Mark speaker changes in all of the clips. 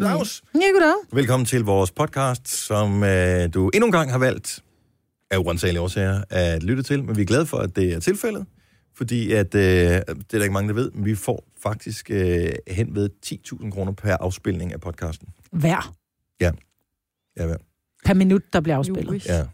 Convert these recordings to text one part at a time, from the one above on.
Speaker 1: Claus,
Speaker 2: Ja, goddag.
Speaker 1: velkommen til vores podcast, som øh, du endnu en gang har valgt, af uansagelige årsager, at lytte til. Men vi er glade for, at det er tilfældet, fordi at, øh, det er der ikke mange, der ved, men vi får faktisk øh, hen ved 10.000 kroner per afspilning af podcasten.
Speaker 2: Hver.
Speaker 1: Ja, hvad?
Speaker 2: Per minut, der bliver afspillet.
Speaker 1: Ja.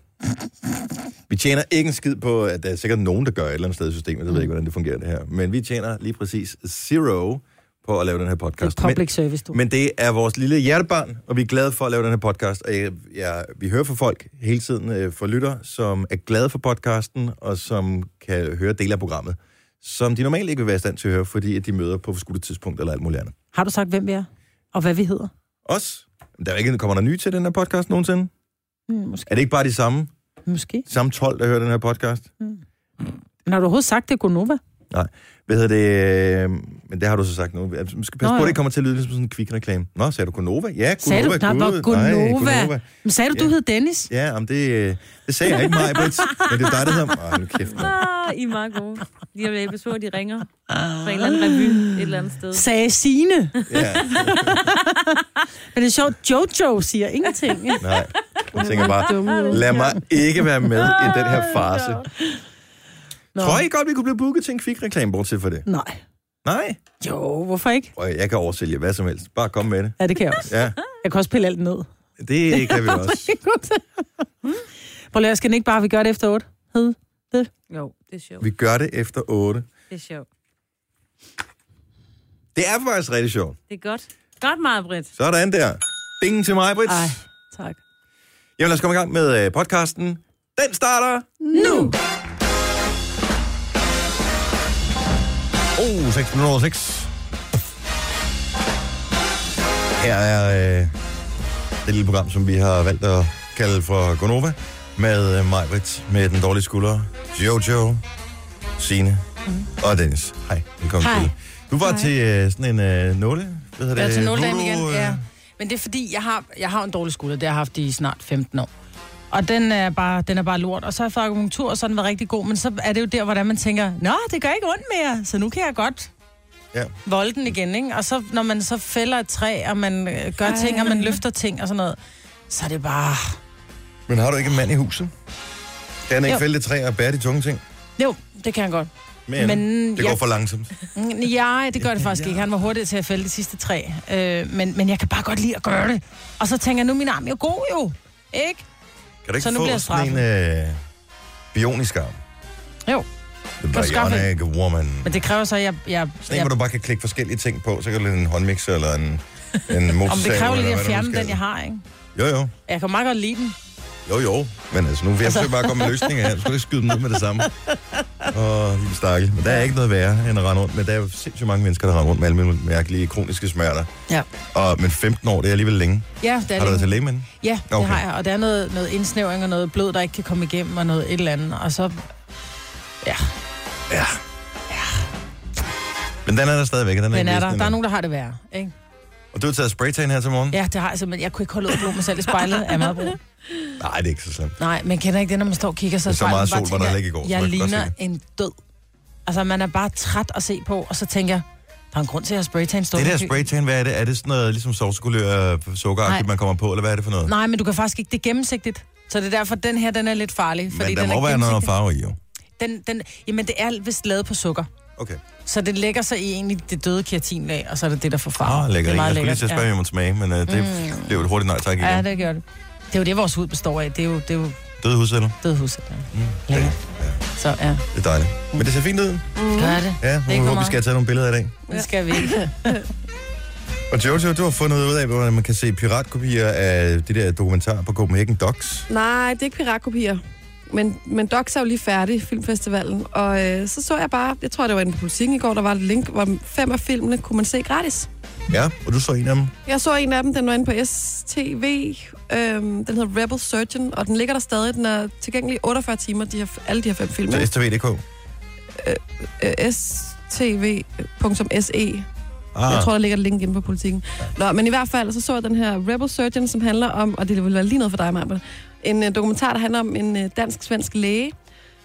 Speaker 1: Vi tjener ikke en skid på, at der er sikkert nogen, der gør et eller andet sted i systemet. Jeg ved jeg ikke, hvordan det fungerer det her. Men vi tjener lige præcis zero på at lave den her
Speaker 2: Det er
Speaker 1: podcast. Men,
Speaker 2: public service, du.
Speaker 1: men det er vores lille hjertebarn, og vi er glade for at lave den her podcast. Og jeg, jeg, vi hører fra folk hele tiden, øh, fra lytter, som er glade for podcasten, og som kan høre dele af programmet, som de normalt ikke vil være i stand til at høre, fordi at de møder på forskudte tidspunkt eller alt muligt andet.
Speaker 2: Har du sagt, hvem vi er? Og hvad vi hedder?
Speaker 1: Også, der er ikke, kommer der nye til den her podcast nogensinde?
Speaker 2: Mm, måske.
Speaker 1: Er det ikke bare de samme,
Speaker 2: måske.
Speaker 1: samme 12, der hører den her podcast?
Speaker 2: Men har du overhovedet sagt, det er Gonova?
Speaker 1: Hvad hedder det? øh, Men det har du så sagt nu. Altså, Man skal passe
Speaker 2: Nå,
Speaker 1: på,
Speaker 2: ja.
Speaker 1: at det ikke kommer til at lyde som sådan en kvikreklame. Nå, sagde du Gonova? Ja,
Speaker 2: Sagde
Speaker 1: Gonova.
Speaker 2: du? Nej, hvor
Speaker 1: gud, nej,
Speaker 2: Gonova.
Speaker 1: Gonova.
Speaker 2: Men sagde du, du
Speaker 1: Ja.
Speaker 2: hed Dennis?
Speaker 1: Ja, jamen det, øh, det sagde jeg ikke mig, Brits. Men det er dig, der hedder... Ej, nu kæft. mand.
Speaker 3: Ah, I er meget gode. Lige om lidt, hvis de ringer fra en eller anden revy et eller andet sted.
Speaker 2: Sagde Signe.
Speaker 1: Ja,
Speaker 2: Men det er sjovt, Jojo siger ingenting.
Speaker 1: nej. Jeg tænker bare, lad mig ikke være med i den her farse.
Speaker 2: Nå.
Speaker 1: Tror I godt, vi kunne blive booket til en kvikreklame, bortset for det?
Speaker 2: Nej.
Speaker 1: Nej.
Speaker 2: Jo, hvorfor ikke?
Speaker 1: Og jeg kan oversælge hvad som helst. Bare kom med det.
Speaker 2: Ja, det kan jeg også.
Speaker 1: Ja,
Speaker 2: Jeg kan også pille alt ned.
Speaker 1: det kan vi også.
Speaker 2: Prøv lige, skal den ikke bare, vi gør det efter 8? Hed.
Speaker 3: Jo, det er sjovt.
Speaker 1: Vi gør det efter 8.
Speaker 3: Det er sjovt.
Speaker 1: Det er faktisk rigtig sjovt.
Speaker 3: Det er godt. Godt, Marbrit.
Speaker 1: Sådan der. Ding til mig, Brits.
Speaker 2: Ej, tak.
Speaker 1: Jamen lad os komme i gang med øh, podcasten. Den starter
Speaker 2: Nu!
Speaker 1: Oh, 6 minutter over 6. Her er øh, det lille program, som vi har valgt at kalde for Gonova. Med øh, Majbrit, med den dårlige skulder, Jojo, Sine mm. og Dennis. Hej, velkommen
Speaker 4: Mhm. Hej.
Speaker 1: til. Du var Hej. til øh, sådan en øh, nåle. Hvad hedder
Speaker 4: Jeg er til nåledagen
Speaker 1: Voodoo,
Speaker 4: igen,
Speaker 1: øh,
Speaker 4: ja. Men det er fordi, jeg har, jeg har en dårlig skulder, det har jeg haft i snart 15 år. Og den er, bare, den er bare lort. Og så har jeg fået akupunktur, og så har den været rigtig god. Men så er det jo der, hvordan man tænker, Nå, det gør ikke ondt mere, så nu kan jeg godt
Speaker 1: Ja.
Speaker 4: volde den igen. Ikke? Og så når man så fælder et træ, og man øh, gør ting, og man løfter ting og sådan noget, så er det bare...
Speaker 1: Men har du ikke en mand i huset? Kan han ikke
Speaker 4: Jo.
Speaker 1: fælde det træ og bære de tunge ting?
Speaker 4: Jo, det kan jeg godt.
Speaker 1: Men,
Speaker 4: Men
Speaker 1: det går
Speaker 4: jeg-
Speaker 1: for langsomt.
Speaker 4: Mm, Ja, det gør det faktisk ikke. Han var hurtig til at fælde de sidste tre. Øh, men, men jeg kan bare godt lide at gøre det. Og så tænker jeg, nu er min arm jo god jo. Ikke?
Speaker 1: Kan du ikke
Speaker 4: Så nu
Speaker 1: få
Speaker 4: bliver jeg
Speaker 1: sådan en øh, bionisk arm?
Speaker 4: Jo.
Speaker 1: The
Speaker 4: Kan du skaffe en?
Speaker 1: bionic woman.
Speaker 4: Men det kræver så, at jeg... jeg,
Speaker 1: Sådan en,
Speaker 4: jeg
Speaker 1: hvor du bare kan klikke forskellige ting på. Så kan du lade en håndmixer eller en, en motorsav.
Speaker 4: om det kræver
Speaker 1: eller
Speaker 4: lige at
Speaker 1: hvad du
Speaker 4: fjerne
Speaker 1: skal.
Speaker 4: den, jeg har, ikke?
Speaker 1: Jo, jo.
Speaker 4: Jeg kan meget godt lide den.
Speaker 1: Jo, jo. Men altså, nu vil jeg altså... bare komme med løsninger her. Du skal ikke skyde dem ned med det samme. Og lille stakkel. Men der er ikke noget værre end at rende rundt. Men der er jo sindssygt mange mennesker, der render rundt med alle mulige mærkelige kroniske smerter.
Speaker 4: Ja.
Speaker 1: Og, men 15 år, det er alligevel længe.
Speaker 4: Ja, det er
Speaker 1: Har du været
Speaker 4: det.
Speaker 1: til lægemanden?
Speaker 4: Ja, det
Speaker 1: Okay.
Speaker 4: har jeg. Og der er noget, noget indsnævring og noget blod, der ikke kan komme igennem, og noget et eller andet. Og så... Ja,
Speaker 1: Ja. Men den er der stadigvæk. og Den er,
Speaker 4: den
Speaker 1: ikke
Speaker 4: er
Speaker 1: væsentlig
Speaker 4: der. Der er
Speaker 1: endnu.
Speaker 4: nogen, der har det værre, ikke?
Speaker 1: Og du har taget spraytan her til morgen?
Speaker 4: Ja, det har jeg simpelthen. Jeg kunne ikke holde ud at glo mig selv i spejlet af madbrug.
Speaker 1: Nej, det er ikke så slemt.
Speaker 4: Nej, men kender ikke det, når man står og kigger sig i
Speaker 1: Det er så
Speaker 4: spejlet,
Speaker 1: meget
Speaker 4: man bare
Speaker 1: sol, var der
Speaker 4: tænker,
Speaker 1: heller ikke i går, så
Speaker 4: Jeg
Speaker 1: man kan godt se
Speaker 4: ligner en død. Altså, man er bare træt at se på, og så tænker jeg, der er en grund til, at jeg har spraytan stående.
Speaker 1: Det der
Speaker 4: i kø-
Speaker 1: spraytan, hvad er det? Er det sådan noget ligesom sovskulør og sukkeragtigt,
Speaker 4: Nej.
Speaker 1: man kommer på, eller hvad er det for noget?
Speaker 4: Nej, men du kan faktisk ikke, det er gennemsigtigt. Så det er derfor, den her, den er lidt farlig. Fordi
Speaker 1: Men der
Speaker 4: den
Speaker 1: må
Speaker 4: er
Speaker 1: være noget
Speaker 4: gennemsigtig.
Speaker 1: farve i, jo.
Speaker 4: Den, den, jamen, det er vist lavet på sukker.
Speaker 1: Okay.
Speaker 4: Så det lægger sig i egentlig det døde keratinlag, og så er det det, der får farve.
Speaker 1: Ah, oh, lækkert.
Speaker 4: det er
Speaker 1: Jeg
Speaker 4: meget
Speaker 1: skulle lige til at spørge, om
Speaker 4: ja. Mm.
Speaker 1: jeg måtte smage, men uh, det blev et hurtigt nej tak igen.
Speaker 4: ja, det gør det. Det er jo det, vores hud består af. Det er jo, det er jo
Speaker 1: Døde hudceller.
Speaker 4: døde hudceller.
Speaker 1: Mm.
Speaker 4: Ja.
Speaker 1: Ja,
Speaker 4: Så ja,
Speaker 1: det er dejligt. Men det ser fint ud.
Speaker 5: Mm.
Speaker 4: gør det.
Speaker 1: Ja,
Speaker 4: ikke
Speaker 1: jeg håber, vi
Speaker 4: meget.
Speaker 1: skal have taget nogle billeder i dag.
Speaker 4: Det skal vi ikke.
Speaker 1: Og Jojo, du har fundet ud af, hvordan man kan se piratkopier af de der dokumentarer på Copenhagen Docs.
Speaker 5: Nej, det er ikke piratkopier. Men, men Docs er jo lige færdig, filmfestivalen. Og øh, så så jeg bare, jeg tror, det var inde på politikken i går, der var et link, hvor fem af filmene kunne man se gratis.
Speaker 1: Ja, og du så en af dem.
Speaker 5: Jeg så en af dem, den var inde på STV. Øhm, den hedder Rebel Surgeon, og den ligger der stadig. Den er tilgængelig i 48 timer, de her, alle de her fem film.
Speaker 1: Så
Speaker 5: ikke?
Speaker 1: STV.dk.
Speaker 5: Øh, stv.se
Speaker 1: Ah,
Speaker 5: Jeg tror, der ligger et link inde på politikken. Nå, men i hvert fald, så så jeg den her Rebel Surgeon, som handler om, og det vil være lige noget for dig, Marbe, en øh, dokumentar, der handler om en øh, dansk-svensk læge,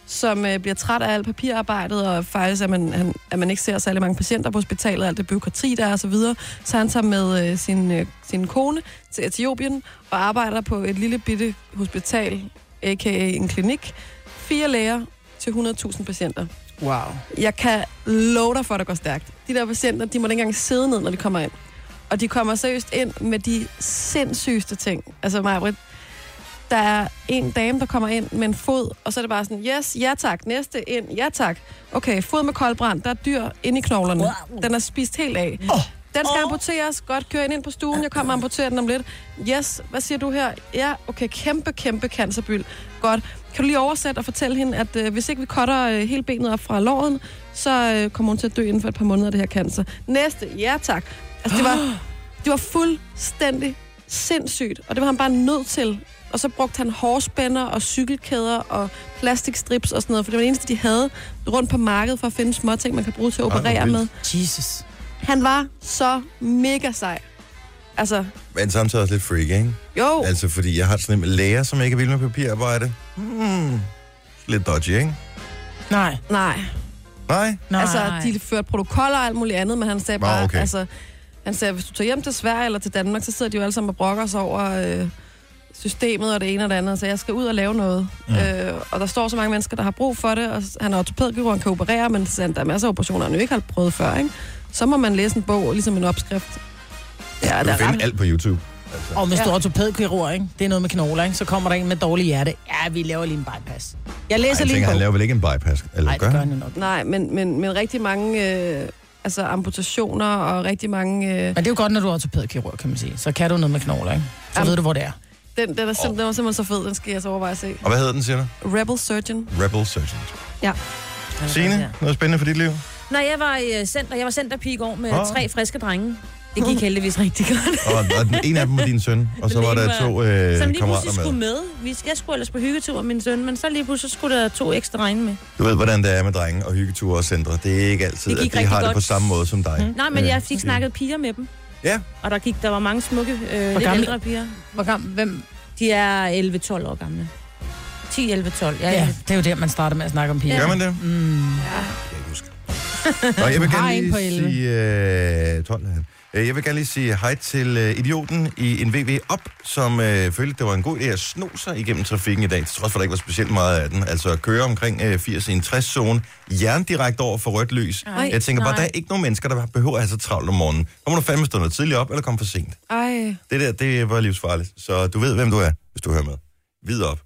Speaker 5: som øh, bliver træt af alt papirarbejdet, og faktisk, at man, han, at man ikke ser særlig mange patienter på hospitalet, og alt det byråkrati, der er og så videre. Så han tager med øh, sin, øh, sin kone til Etiopien og arbejder på et lille bitte hospital, a.k.a. en klinik. Fire læger til 100.000 patienter.
Speaker 4: Wow.
Speaker 5: Jeg kan love dig for, at det går stærkt. De der patienter, de må ikke engang sidde ned, når de kommer ind. Og de kommer seriøst ind med de sindssygeste ting. Altså, Majbrit, der er en dame, der kommer ind med en fod, og så er det bare sådan, yes, ja tak, næste ind, ja tak. Okay, fod med koldbrand, der er dyr inde i knoglerne. Den er spist helt af. Oh. Den skal oh. amputeres. Godt, kør ind, ind på stuen. Jeg kommer og amputerer den om lidt. Yes, hvad siger du her? Ja, okay, kæmpe, kæmpe cancerbyld. Godt. Kan du lige oversætte og fortælle hende, at øh, hvis ikke vi cutter øh, hele benet op fra låren, så øh, kommer hun til at dø inden for et par måneder af det her cancer. Næste, ja tak. Altså, det var, det var fuldstændig sindssygt, og det var han bare nødt til. Og så brugte han hårspænder og cykelkæder og plastikstrips og sådan noget, for det var det eneste, de havde rundt på markedet for at finde små ting, man kan bruge til at
Speaker 1: Ej, hvor
Speaker 5: operere
Speaker 1: vildt.
Speaker 5: med.
Speaker 4: Jesus.
Speaker 5: Han var så mega sej. Altså,
Speaker 1: Men samtidig også lidt freak, ikke?
Speaker 5: jo,
Speaker 1: Altså, fordi jeg har sådan en med læger, som ikke vil med papirarbejde. Hmm. Lidt dodgy, ikke?
Speaker 4: Nej,
Speaker 5: nej.
Speaker 1: Nej?
Speaker 4: nej.
Speaker 5: Altså, de førte protokoller og alt muligt andet, men han sagde
Speaker 1: Nå,
Speaker 5: bare,
Speaker 1: okay.
Speaker 5: altså, han sagde, hvis du tager hjem til Sverige eller til Danmark, så sidder de jo alle sammen og brokker sig over øh, systemet og det ene og det andet, så jeg skal ud og lave noget. Ja. Øh, og der står så mange mennesker, der har brug for det, og s- han er ortopædkirurg, han kan operere, men så sagde han, der er masser af operationer, han jo ikke har prøvet før, ikke? Så må man læse en bog, ligesom en opskrift. Ja,
Speaker 1: Du
Speaker 5: der
Speaker 1: kan
Speaker 5: er
Speaker 1: finde
Speaker 5: ret...
Speaker 1: alt på YouTube.
Speaker 4: Og hvis
Speaker 5: Ja.
Speaker 4: du er ortopædkirurg, ikke? det er noget med knogler, ikke? så kommer der en med dårlig hjerte. Ja, vi laver lige en bypass. Jeg
Speaker 1: Ej,
Speaker 4: læser
Speaker 1: jeg
Speaker 4: lige en
Speaker 1: tænker, han
Speaker 4: bog.
Speaker 1: laver vel ikke en bypass? Eller
Speaker 4: Nej, det gør han jo nok.
Speaker 5: Nej, men, men, men rigtig mange øh, altså amputationer og rigtig mange... Øh,
Speaker 4: Men det er jo godt, når du er ortopædkirurg, kan man sige. Så kan du noget med knogler, ikke? Så
Speaker 5: Jamen.
Speaker 4: ved du, hvor det er.
Speaker 5: den, den, er simpelthen, den var simpelthen så fed, den skal jeg så overveje at se.
Speaker 1: Og hvad hedder den, siger du?
Speaker 5: Rebel Surgeon.
Speaker 1: Rebel Surgeon.
Speaker 5: Ja.
Speaker 1: Signe, noget spændende for dit liv?
Speaker 3: Nej, jeg var, i øh, center, jeg var centerpige i går med
Speaker 1: Åh.
Speaker 3: oh. tre friske drenge. Det gik heldigvis rigtig godt.
Speaker 1: Og, og den ene af dem var din søn, og så var der
Speaker 3: Som
Speaker 1: to øh,
Speaker 3: lige pludselig
Speaker 1: kammerater
Speaker 3: skulle
Speaker 1: med.
Speaker 3: med. Vi- Jeg skulle ellers på hyggetur med min søn, men så lige pludselig så skulle der to ekstra drenge med.
Speaker 1: Du ved, hvordan det er med drenge og hyggeture og centre. Det er ikke altid,
Speaker 3: Det
Speaker 1: at
Speaker 3: gik
Speaker 1: de
Speaker 3: rigtig
Speaker 1: har det
Speaker 3: godt.
Speaker 1: på samme måde som dig.
Speaker 3: Nej, men
Speaker 1: Øh,
Speaker 3: jeg fik snakket piger med dem.
Speaker 1: Ja.
Speaker 3: Og der, gik, der var mange smukke, øh, lidt
Speaker 4: gamle?
Speaker 3: ældre piger.
Speaker 4: Hvor gammel? Hvem?
Speaker 3: De er 11-12 år gamle. 10, 11, 12. Ja,
Speaker 4: Ja,
Speaker 3: ja.
Speaker 4: det er jo der, man starter med at snakke om piger.
Speaker 1: Gør man det?
Speaker 4: Mm.
Speaker 1: Jeg kan ikke huske. Nå, jeg vil
Speaker 4: Du har
Speaker 1: gerne
Speaker 4: en
Speaker 1: lige
Speaker 4: på 11.
Speaker 1: sige... Øh, 12 er han. Øh, Jeg vil gerne lige sige hej til øh, idioten i en VW op, som øh, følte, det var en god idé at sno sig igennem trafikken i dag, til trods for, at der ikke var specielt meget af den. Altså at køre omkring øh, 80 i en 60-zone, jern direkte over for rødt lys.
Speaker 3: Ej,
Speaker 1: jeg tænker bare,
Speaker 3: nej.
Speaker 1: der er ikke nogen mennesker, der behøver at have så travlt om morgenen. Så må du fandme stå noget tidligt op, eller komme for sent.
Speaker 5: Ej.
Speaker 1: Det der, det var livsfarligt. Så du ved, hvem du er, hvis du hører med. Vid op,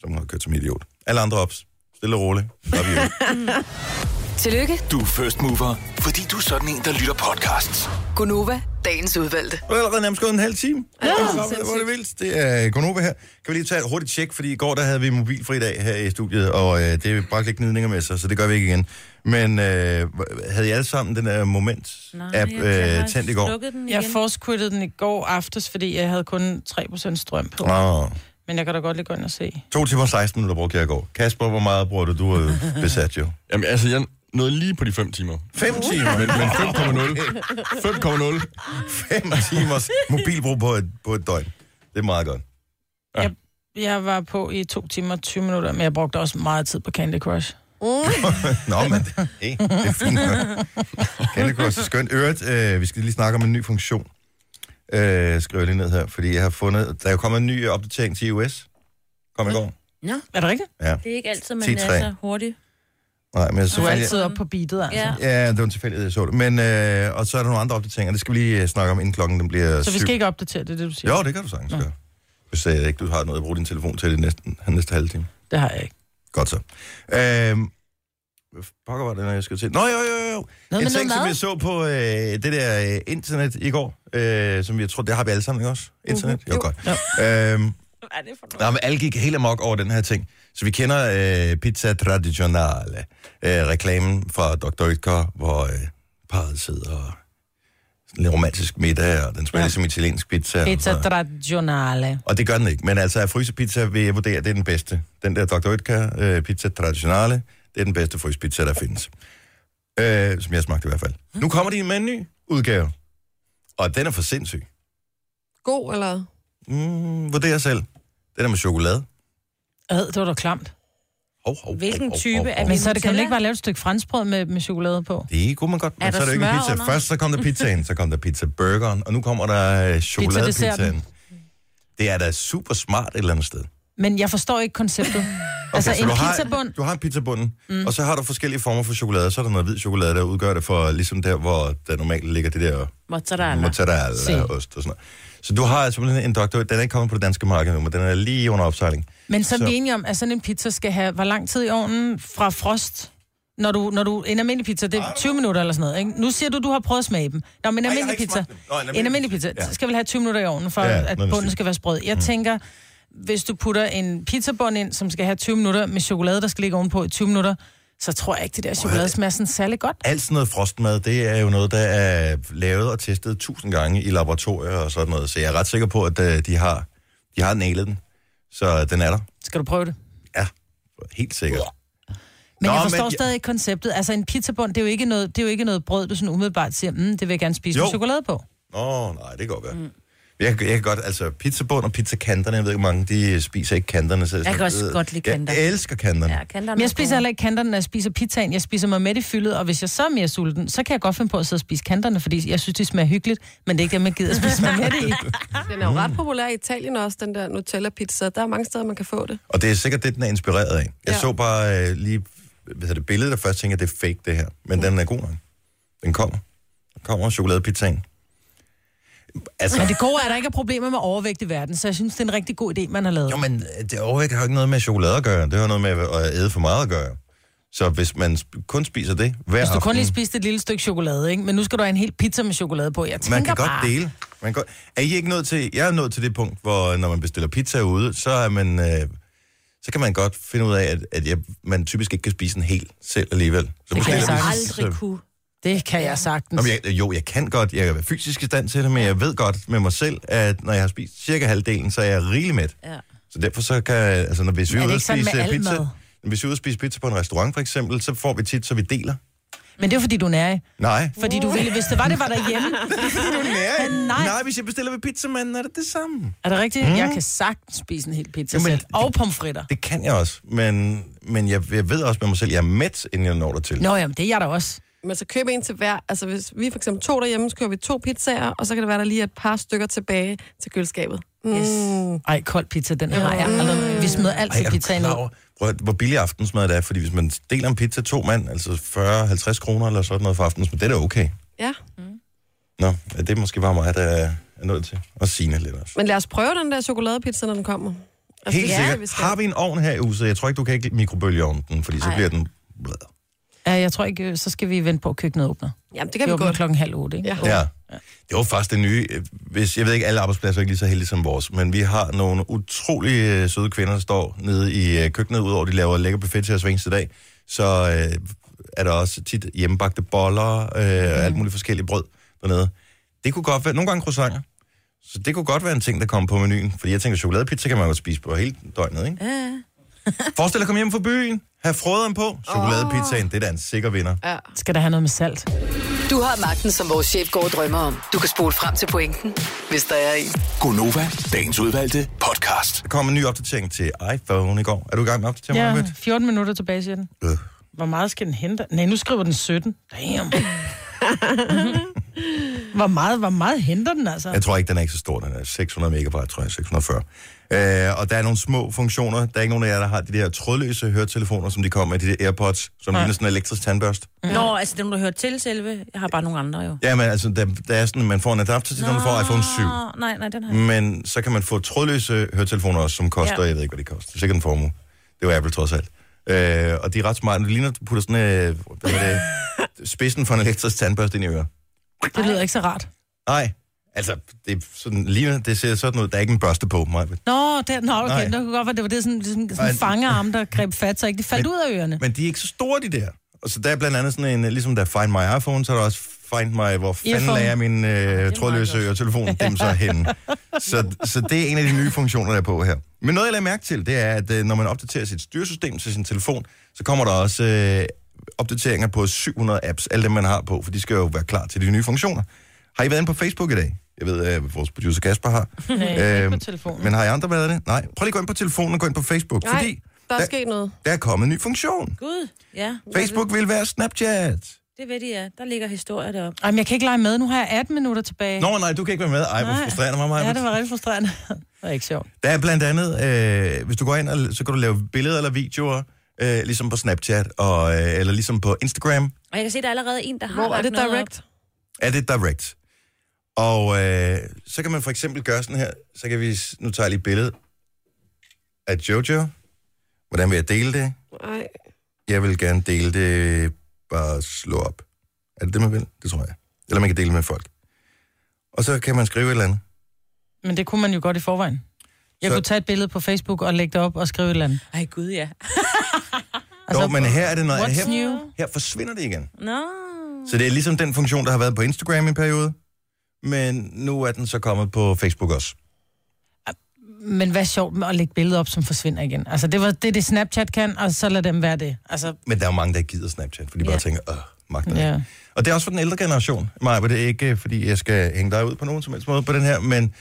Speaker 1: som har kørt som idiot. Alle andre ops. Stille og roligt. Op i øvrigt.
Speaker 6: Tillykke,
Speaker 7: Du er first mover, fordi du er sådan en, der lytter podcasts.
Speaker 6: Gunova, dagens udvalgte.
Speaker 1: Og det er allerede nærmest gået en halv time. Ja, det er hvor er det vildt. Det er Gonova her. Kan vi lige tage et hurtigt tjek, fordi i går der havde vi mobilfri dag her i studiet, og øh, det bragte lidt gnidninger med sig, så det gør vi ikke igen. Men øh, h- havde I alle sammen den der moment-app øh, tændt i går?
Speaker 3: Den
Speaker 4: Jeg
Speaker 3: igen.
Speaker 4: force den i går aftes, fordi jeg havde kun 3% strøm på.
Speaker 1: Nå,
Speaker 4: Men jeg kan da godt lige gå ind og se.
Speaker 1: to timer og 16 minutter brugte jeg i går. Kasper, hvor meget bruger du? Du er jo besat jo.
Speaker 8: Jamen, altså, jeg nåede lige på de 5 timer.
Speaker 1: Fem
Speaker 4: Uh.
Speaker 1: timer.
Speaker 8: Men, men 5,0. 5,0.
Speaker 1: Fem timers mobilbrug på et, på et døgn. Det er meget godt.
Speaker 4: Jeg var på i 2 timer og 20 minutter, men jeg brugte også meget tid på Candy Crush.
Speaker 1: Uh. Nå, men det, hey, det er fint. Candy Crush er skønt. Øret, øh, vi skal lige snakke om en ny funktion. Øh, skriver jeg lige ned her, fordi jeg har fundet... Der er jo kommet en ny opdatering til iOS. Kom i går.
Speaker 4: Er det rigtigt?
Speaker 3: Det er ikke altid, man
Speaker 1: 10-3.
Speaker 3: er så hurtig.
Speaker 1: Nej, men jeg
Speaker 4: Du
Speaker 1: så
Speaker 4: er
Speaker 1: jeg,
Speaker 4: altid oppe på beatet, altså.
Speaker 3: Ja.
Speaker 1: Ja, det var en tilfældighed, jeg så det. Men, øh, og så er der nogle andre opdateringer. Det skal vi lige øh, snakke om, inden klokken den bliver
Speaker 4: Så vi
Speaker 1: syv.
Speaker 4: skal ikke opdatere det, er det du siger?
Speaker 1: Jo, det kan du sagtens gøre. Hvis øh, ikke du har noget at bruge din telefon til i næsten, den næste halve time.
Speaker 4: Det har jeg ikke.
Speaker 1: Godt så. Øhm, hvad pokker var det, når jeg skal til? Nå, jo, jo, jo. Noget en
Speaker 4: med noget
Speaker 1: ting, som
Speaker 4: mad?
Speaker 1: jeg så på øh, det der øh, internet i går, øh, som jeg tror, det har vi alle sammen ikke også? Internet? Uh-huh. Jo, godt. Ja. Øhm, nej, men alle gik helt amok over den her ting. Så vi kender øh, Pizza Traditionale, øh, reklamen fra Dr. Oetker, hvor øh, parret sidder og sådan lidt romantisk middag, og den smager ja.
Speaker 4: Ja.
Speaker 1: ligesom italiensk pizza.
Speaker 4: Pizza
Speaker 1: og,
Speaker 4: traditionale.
Speaker 1: og det gør den ikke, men altså af frysepizza vil jeg vurdere, det er den bedste. Den der Dr. Oetker øh, pizza traditionale, det er den bedste frysepizza, der findes. Øh, som jeg smagte i hvert fald. Nu kommer de med en ny udgave, og den er for sindssyg.
Speaker 5: God, eller?
Speaker 1: Mm, vurder selv. Den er med chokolade.
Speaker 4: Ad, det var da klamt.
Speaker 1: Hov, hov,
Speaker 3: Hvilken
Speaker 1: hov, hov,
Speaker 3: type
Speaker 1: hov,
Speaker 3: er
Speaker 1: hov.
Speaker 4: Men så er det, kan man
Speaker 3: Nutella?
Speaker 4: ikke bare lave et stykke franskbrød med, med chokolade på?
Speaker 1: Det kunne man godt, men
Speaker 3: Er
Speaker 1: så
Speaker 3: der
Speaker 1: er det ikke
Speaker 3: smør
Speaker 1: pizza.
Speaker 3: under?
Speaker 1: Først så kom der pizzaen, så kom der pizza burgeren, og nu kommer der øh, chokoladepizzaen.
Speaker 4: desserten.
Speaker 1: Det er da super smart et eller andet sted.
Speaker 4: Men jeg forstår ikke konceptet. Okay, altså
Speaker 1: så
Speaker 4: en
Speaker 1: du har,
Speaker 4: pizzabund,
Speaker 1: Du har en pizzabund, mm. og så har du forskellige former for chokolade. Så er der noget hvid chokolade, der udgør det for, ligesom der, hvor der normalt ligger det der
Speaker 3: Mozzarella.
Speaker 1: mozzarella ost og sådan noget. Så du har simpelthen en doktor, den er ikke kommet på det danske marked nu, men den er lige under opsejling.
Speaker 4: men så er
Speaker 1: så-
Speaker 4: vi enige om, at sådan en pizza skal have hvor lang tid i ovnen fra frost? Når du, når du en almindelig pizza, det er 20 minutter eller sådan noget, ikke? Nu siger du, du har prøvet at smage dem. Nå, men en
Speaker 1: Ah. har
Speaker 4: almindelig
Speaker 1: ikke
Speaker 4: pizza,
Speaker 1: smagt dem. Nå, en almindelig
Speaker 4: en almindelig pizza,
Speaker 1: pizza, ja.
Speaker 4: skal vel have 20 minutter i ovnen, for
Speaker 1: Ja,
Speaker 4: ja,
Speaker 1: noget i
Speaker 4: at
Speaker 1: den
Speaker 4: bunden
Speaker 1: stil.
Speaker 4: skal være sprød. Jeg mm. tænker, hvis du putter en pizzabund ind, som skal have 20 minutter med chokolade, der skal ligge ovenpå i 20 minutter, så tror jeg ikke, det der chokolade smager sådan særlig godt.
Speaker 1: Alt sådan noget frostmad, det er jo noget, der er lavet og testet tusind gange i laboratorier og sådan noget. Så jeg er ret sikker på, at øh, de har, de har nailet den. Så den er der.
Speaker 4: Skal du prøve det?
Speaker 1: Ja, helt sikkert.
Speaker 4: Men
Speaker 1: Nå,
Speaker 4: Nå, jeg forstår
Speaker 1: men-
Speaker 4: men... stadig ikke konceptet. Altså en pizzabund, det er jo ikke noget, det er jo ikke noget brød, du sådan umiddelbart siger, mm, det vil jeg gerne spise
Speaker 1: Jo.
Speaker 4: med chokolade på.
Speaker 1: Åh, oh, nej, det kan godt være. Mm. Jeg, kan- jeg kan godt, altså pizzabund og pizzakanterne, jeg ved ikke, hvor mange de øh, spiser ikke kanterne. Så jeg
Speaker 3: kan også godt lide kanter.
Speaker 1: Jeg elsker kanterne. Ja.
Speaker 3: Ja, kan der
Speaker 4: Men jeg spiser heller ikke kanterne, når jeg spiser pizzaen. Jeg spiser mig med i fyldet, og hvis jeg så er mere sulten, så kan jeg godt finde på at sidde og spise kanterne, fordi jeg synes, det smager hyggeligt, men det er ikke det, man gider at spise mig med i.
Speaker 5: Den er jo ret populær i Italien også, den der Nutella-pizza. Der er mange steder, man kan få det.
Speaker 1: Og det er sikkert det, den er inspireret af. Jeg ja.
Speaker 5: Ja.
Speaker 1: så bare øh, lige hvad hedder det billede, der først tænker, at det er fake, det her. Men mm. den er god nok. Den kommer. Den kommer chokoladepizzaen. Altså,
Speaker 4: Men det gode er, at der ikke er problemer med overvægt i verden, så jeg synes, det er en rigtig god idé, man har lavet.
Speaker 1: jo, men øh, det overvægt har jo ikke noget med chokolade at gøre. Det har noget med at æde for meget at gøre. Så hvis man sp- kun spiser det hver
Speaker 4: Hvis du
Speaker 1: aften...
Speaker 4: kun lige spiste et lille stykke chokolade, ikke? men nu skal du have en hel pizza med chokolade på. Jeg tænker
Speaker 1: Man kan
Speaker 4: bare,
Speaker 1: godt dele. Man kan godt... Er I ikke nået til... Jeg er nået til det punkt, hvor når man bestiller pizza ude, så er man... Øh... Så kan man godt finde ud af, at, at jeg, man typisk ikke kan spise en hel selv alligevel. Så
Speaker 4: kan jeg
Speaker 1: jeg
Speaker 4: sagtens.
Speaker 1: aldrig kunne.
Speaker 4: det kan jeg sagtens.
Speaker 1: Jamen, jeg, jo, jeg kan godt. Jeg er fysisk i stand til det, men jeg ved godt med mig selv, at når jeg har spist cirka halvdelen, så er jeg rigelig mæt.
Speaker 3: Ja.
Speaker 1: Så derfor så kan... Altså, når, hvis vi
Speaker 4: Er
Speaker 1: er
Speaker 4: det
Speaker 1: ude og
Speaker 4: ikke sådan
Speaker 1: spise
Speaker 4: med al
Speaker 1: pizza...
Speaker 4: mad?
Speaker 1: Hvis vi er ude og spise pizza på en restaurant, for eksempel, så får vi tit, så vi deler.
Speaker 4: Men det er jo, fordi, du er nærig.
Speaker 1: Nej.
Speaker 4: Fordi du ville, hvis det var, det var derhjemme.
Speaker 1: Nej.
Speaker 4: Nej.
Speaker 1: Nej, hvis jeg bestiller ved pizzamanden, er det det samme.
Speaker 4: Er det rigtigt? Mm. Jeg kan sagtens spise en hel pizza
Speaker 1: Jo, men
Speaker 4: selv.
Speaker 1: det-
Speaker 4: Og pomfritter.
Speaker 1: Det kan jeg også, men, men jeg, jeg ved også med mig selv, at jeg er mæt, inden jeg når dertil.
Speaker 4: Nå, jamen, det er jeg da også.
Speaker 5: Men så køb en til hver. Altså, hvis vi for eksempel to derhjemme, så køber vi to pizzaer, og så kan det være, der lige er et par stykker tilbage til køleskabet. Mm. Yes.
Speaker 4: Ej, kold pizza, den har jeg allerede. Vi smider altid
Speaker 1: er du
Speaker 4: pizzaen
Speaker 1: klar
Speaker 4: ud.
Speaker 1: over, prøv, at- hvor billig aftensmad det er? Fordi hvis man deler en pizza to mand, altså 40-50 kroner eller sådan noget for aftensmad, det er da okay.
Speaker 5: Ja,
Speaker 1: Nå, det er måske bare mig, der er nødt til at sige lidt også.
Speaker 5: men lad os prøve den der chokoladepizza, når den kommer. Altså,
Speaker 1: Helt
Speaker 5: det er
Speaker 1: sikkert.
Speaker 5: det, vi skal.
Speaker 1: Har vi en ovn her i huset? Jeg tror ikke, du kan ikke mikrobølgeovnen den, fordi så bliver den...
Speaker 4: Ja, jeg tror ikke, øh, så skal vi vente på, at køkkenet åbner.
Speaker 5: Jamen, det
Speaker 4: Det
Speaker 5: kan vi
Speaker 4: åbner
Speaker 5: godt.
Speaker 4: klokken halv otte, ikke?
Speaker 5: Ja.
Speaker 1: Ja. Det var faktisk det nye. øh, Hvis, jeg ved ikke, alle arbejdspladser er ikke lige så heldige som vores, men vi har nogle utrolig øh, søde kvinder, der står nede i øh, køkkenet, udover de laver lækker buffet til os hver eneste dag. Så øh, er der også tit hjemmebagte boller øh, og alt muligt forskellige brød dernede. Det kunne godt være, nogle gange croissanter. Så det kunne godt være en ting, der kom på menuen. Fordi jeg tænker, chokoladepizza kan man jo spise på hele døgnet, ikke? Ja. Forestil dig at komme hjem fra byen, have frøderen på, chokoladepizzaen, det er da en sikker vinder.
Speaker 4: Skal der have noget med salt?
Speaker 6: Du har magten, som vores chef går og drømmer om. Du kan spole frem til pointen, hvis der er en.
Speaker 7: Gonova, dagens udvalgte podcast.
Speaker 1: Der kom en ny opdatering til iPhone i går. Er du i gang med at opdatere mig,
Speaker 4: Ja,
Speaker 1: Britt?
Speaker 4: 14 minutter tilbage, siger den.
Speaker 1: Øh.
Speaker 4: Hvor meget skal den hente? Nej, nu skriver den 17. Damn. hvor, meget, hvor meget henter den, altså?
Speaker 1: Jeg tror ikke, den er ikke så stor. Den er 600 megabyte, tror jeg. 640. Øh, og der er nogle små funktioner. Der er ikke nogen af jer, der har de der trådløse høretelefoner, som de kommer med, de der AirPods, som ligner sådan en elektrisk tandbørst.
Speaker 3: Nå, altså dem, du hører til selve. Jeg har bare nogle andre jo.
Speaker 1: Ja, men altså, der, der er sådan, man får en adapter til, når man får iPhone 7.
Speaker 3: Nå, Nej, nej, den har jeg.
Speaker 1: Men så kan man få trådløse høretelefoner også, som koster, ja.
Speaker 3: Ja.
Speaker 1: jeg ved ikke, hvad de koster. Sikkert en formue. Det var Apple trods alt. Øh, og de er ret smarte. Det ligner, at du putter sådan øh, hvad hedder det, spidsen for en elektrisk tandbørste ind i øret.
Speaker 4: Det lyder ikke så rart.
Speaker 1: Nej, altså, det, er sådan, ligner, det ser sådan ud. Der er ikke en børste på mig.
Speaker 4: Nå, der, nå
Speaker 1: Nej.
Speaker 4: okay, det kunne godt være, det var det sådan, sådan, sådan
Speaker 1: Nej.
Speaker 4: en fangerarm, der greb fat, så ikke det faldt ud af ørerne.
Speaker 1: Men de er ikke så store, de der. Og så der er blandt andet sådan en, øh, ligesom der er Find My iPhone, så er der også Find My, hvor fanden
Speaker 4: Earphone.
Speaker 1: lader jeg min øh, trådløse øretelefon, dem så henne. Så, så det er en af de nye funktioner, der er på her. Men noget, jeg lader mærke til, det er, at øh, når man opdaterer sit styresystem til sin telefon, så kommer der også øh, opdateringer på 700 apps, alle dem, man har på, for de skal jo være klar til de nye funktioner. Har I været inde på Facebook i dag? Jeg ved, at øh, vores producer Kasper har.
Speaker 4: Nej, ikke
Speaker 1: Øhm,
Speaker 4: på telefonen.
Speaker 1: Men har I andre været det? Nej. Prøv lige at gå ind på telefonen og gå ind på Facebook, Nej.
Speaker 5: Nej.
Speaker 1: fordi
Speaker 5: Der er
Speaker 1: Da-
Speaker 5: sket noget.
Speaker 1: Der er kommet en ny funktion.
Speaker 3: Gud, ja.
Speaker 1: Mm. Facebook vil være Snapchat.
Speaker 3: Det ved de, ja. Der ligger historier deroppe.
Speaker 4: Ej, men jeg kan ikke lege med. Nu har jeg 18 minutter tilbage.
Speaker 1: Nå, nej, du kan ikke være med. Ej, hvor
Speaker 4: Nej.
Speaker 1: frustrerende mig,
Speaker 4: ja,
Speaker 1: mig.
Speaker 4: det var rigtig frustrerende. det var ikke sjovt.
Speaker 1: Der er blandt andet, øh, hvis du går ind, og, så kan du lave billeder eller videoer, øh, ligesom på Snapchat, og, øh, eller ligesom på Instagram.
Speaker 3: Og jeg kan se, der er allerede en, der har
Speaker 5: Hvor er
Speaker 3: lagt
Speaker 5: det
Speaker 3: noget op.
Speaker 5: direct?
Speaker 1: Er det direct? Og øh, så kan man for eksempel gøre sådan her. Så kan vi, s- nu tager jeg lige et billede af Jojo. Hvordan vil jeg dele det?
Speaker 5: Nej.
Speaker 1: Jeg vil gerne dele det, bare slå op. Er det det, man vil? Det tror jeg. Eller man kan dele med folk. Og så kan man skrive et eller andet.
Speaker 4: Men det kunne man jo godt i forvejen. Jeg
Speaker 1: Så-
Speaker 4: så... kunne tage et billede på Facebook og lægge det op og skrive et eller andet.
Speaker 3: Ej, gud, ja.
Speaker 1: Altså, jo, men her er det noget.
Speaker 4: What's
Speaker 1: Her,
Speaker 4: new?
Speaker 1: her forsvinder det igen.
Speaker 3: Nå.
Speaker 1: Så det er ligesom den funktion, der har været på Instagram i en periode. Men nu er den så kommet på Facebook også.
Speaker 4: Men hvad er sjovt med at lægge billeder op, som forsvinder igen? Altså, det var det, er det Snapchat kan, og så lad dem være det. Altså,
Speaker 1: Men der er jo mange, der ikke gider Snapchat, fordi de bare
Speaker 3: Ja.
Speaker 1: tænker, åh, magter det.
Speaker 4: ja.
Speaker 1: Og det er også for den ældre generation, Maja, det er ikke, øh, fordi jeg skal hænge dig ud på nogen som helst måde på den her, men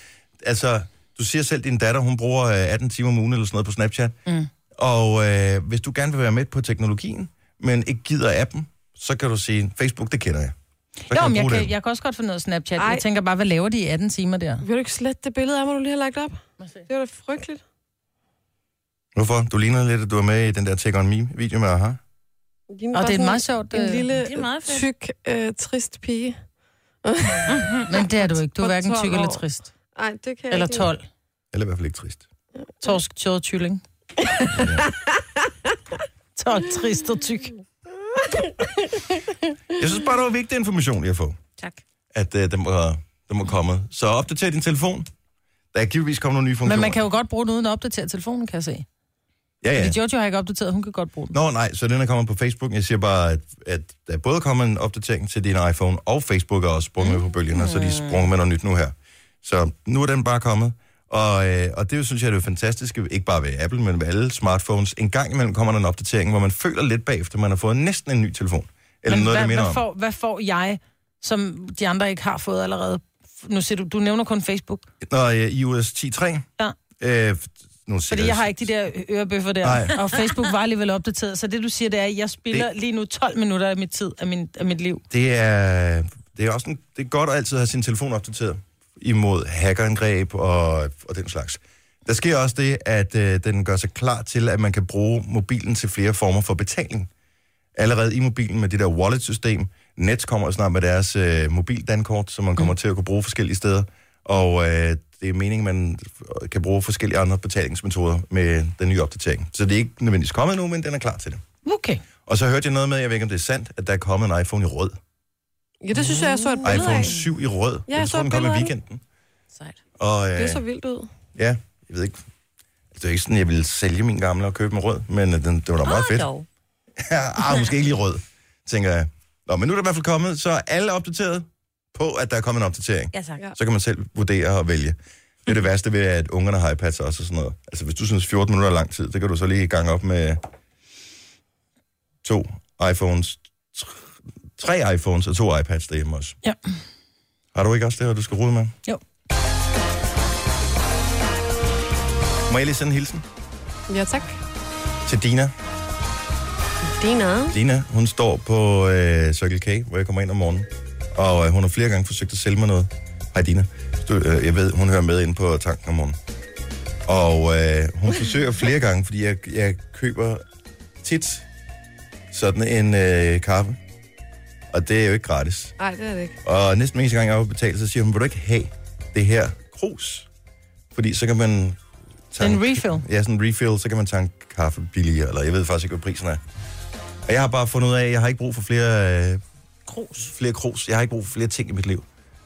Speaker 1: altså, du siger selv, din datter, hun bruger øh, 18 timer om ugen eller sådan noget på Snapchat, mm. og øh, hvis du gerne vil være med på teknologien, men ikke gider appen, så kan du sige, Facebook, det kender jeg. Så
Speaker 4: Jo,
Speaker 1: du
Speaker 4: men jeg
Speaker 1: bruge
Speaker 4: kan,
Speaker 1: den.
Speaker 4: jeg kan også godt finde noget Snapchat. Ej.
Speaker 5: Ej.
Speaker 4: Jeg tænker bare, hvad laver de i 18 timer der?
Speaker 5: Vil du ikke slette det billede af mig, du lige har lagt op? Det var da frygteligt.
Speaker 1: Hvorfor? Du ligner lidt, at du er med i den der Take On Me-video med Aha.
Speaker 4: Og det er meget sjovt.
Speaker 5: En
Speaker 4: øh,
Speaker 5: lille,
Speaker 3: Det er meget fedt.
Speaker 5: tyk, øh, trist pige.
Speaker 4: Men det er du ikke. Du er
Speaker 5: På
Speaker 4: hverken
Speaker 5: 12
Speaker 4: tyk eller
Speaker 5: år.
Speaker 4: trist.
Speaker 5: Nej, det kan jeg
Speaker 4: Eller
Speaker 5: ikke
Speaker 4: 12.
Speaker 1: Eller i hvert fald ikke trist.
Speaker 4: Torsk, tjort, tylling. Tort, trist og tyk.
Speaker 1: Jeg synes bare, det var vigtig information, jeg får.
Speaker 3: Tak.
Speaker 1: at øh, den, var, den var kommet. Så opdater din telefon. Der er givetvis kommet nogle nye funktioner.
Speaker 4: Men man kan jo godt bruge den uden at opdatere telefonen, kan jeg se.
Speaker 1: Ja, ja.
Speaker 4: Fordi Jojo har ikke opdateret, hun kan godt bruge den.
Speaker 1: Nå, nej, så den er kommet på Facebook. Jeg siger bare, at, at der er både kommet en opdatering til din iPhone, og Facebook er også sprunget med på bølgen, og så er de sprunget med noget nyt nu her. Så nu er den bare kommet. Og, øh, og det jo, synes jeg, det er fantastisk, ikke bare ved Apple, men ved alle smartphones. En gang imellem kommer der en opdatering, hvor man føler lidt bagefter, man har fået næsten en ny telefon. Eller
Speaker 4: Men
Speaker 1: noget,
Speaker 4: hvad,
Speaker 1: der minder
Speaker 4: hvad,
Speaker 1: om.
Speaker 4: får, hvad får jeg, som de andre ikke har fået allerede? Nu siger du, du nævner kun Facebook.
Speaker 1: Når øh, iOS 10.3...
Speaker 4: Ja.
Speaker 1: Øh, nu
Speaker 4: Fordi jeg har ikke de der ørebøffer der,
Speaker 1: Nej.
Speaker 4: Nej. og Facebook var alligevel opdateret. Så det, du siger, det er, at jeg spiller det... lige nu 12 minutter af mit tid, af, min, af mit liv.
Speaker 1: det er, det er også en, det er godt at altid have sin telefon opdateret imod hackerangreb og, og den slags. Der sker også det, at øh, den gør sig klar til, at man kan bruge mobilen til flere former for betaling. Allerede i mobilen med det der wallet-system. Nets kommer snart med deres øh, mobildankort, som man kommer til at kunne bruge forskellige steder. Og øh, det er meningen, man kan bruge forskellige andre betalingsmetoder med den nye opdatering. Så det er ikke nødvendigvis kommet nu, men den er klar til det.
Speaker 4: Okay.
Speaker 1: Og så hørte jeg noget med, jeg ved ikke om det er sandt, at der er kommet en iPhone i rød
Speaker 5: lide. Ja, det synes jeg, jeg så et billede
Speaker 1: iPhone
Speaker 5: af.
Speaker 1: 7 i rød.
Speaker 5: Ja,
Speaker 1: jeg
Speaker 5: så
Speaker 1: tror, den
Speaker 5: et
Speaker 1: kom i
Speaker 5: billede af
Speaker 1: weekenden.
Speaker 3: Sejt.
Speaker 1: Og,
Speaker 5: Det
Speaker 1: øh,
Speaker 5: er så vildt ud.
Speaker 1: ja, jeg ved ikke. Altså, Det er ikke sådan, jeg ville sælge min gamle og købe en rød, men øh, den, det var da meget
Speaker 3: Åh,
Speaker 1: fedt.
Speaker 3: dog.
Speaker 1: ah, måske ikke lige rød, tænker jeg. Nå, men nu er der i hvert fald kommet, så er alle opdateret på, at der er kommet en opdatering.
Speaker 3: Ja, tak.
Speaker 5: Ja.
Speaker 1: Så kan man selv vurdere og vælge. Det er det værste ved, at ungerne har iPads også og sådan noget. Altså, hvis du synes 14 minutter er lang tid, det kan du så lige gange op med to iPhones, tr- tre iPhones og to iPads derhjemme også.
Speaker 4: Ja.
Speaker 1: Har du ikke også det her, du skal rode med?
Speaker 4: Jo.
Speaker 1: Må jeg lige sende en hilsen
Speaker 5: Ja, tak.
Speaker 1: til Dina?
Speaker 5: Dina.
Speaker 1: Dina, hun står på øh, Circle K, hvor jeg kommer ind om morgenen. Og øh, hun har flere gange forsøgt at sælge mig noget. Hej Dina. Du, øh, jeg ved, hun hører med ind på tanken om morgenen. Og øh, hun forsøger flere gange, fordi jeg, jeg køber tit sådan en øh, kaffe. Og det er jo ikke gratis.
Speaker 5: Nej, det er det ikke.
Speaker 1: Og næsten hver eneste gang, jeg har betalt, så siger hun, vil du ikke have det her krus? Fordi så kan man... tanke-
Speaker 4: En refill.
Speaker 1: Ja, sådan en refill, så kan man tanke kaffe billigere, eller jeg ved faktisk ikke, hvad prisen er. Og jeg har bare fundet ud af, at jeg har ikke brug for flere... Øh, krus. Flere krus. Jeg har ikke brug for flere ting i mit liv.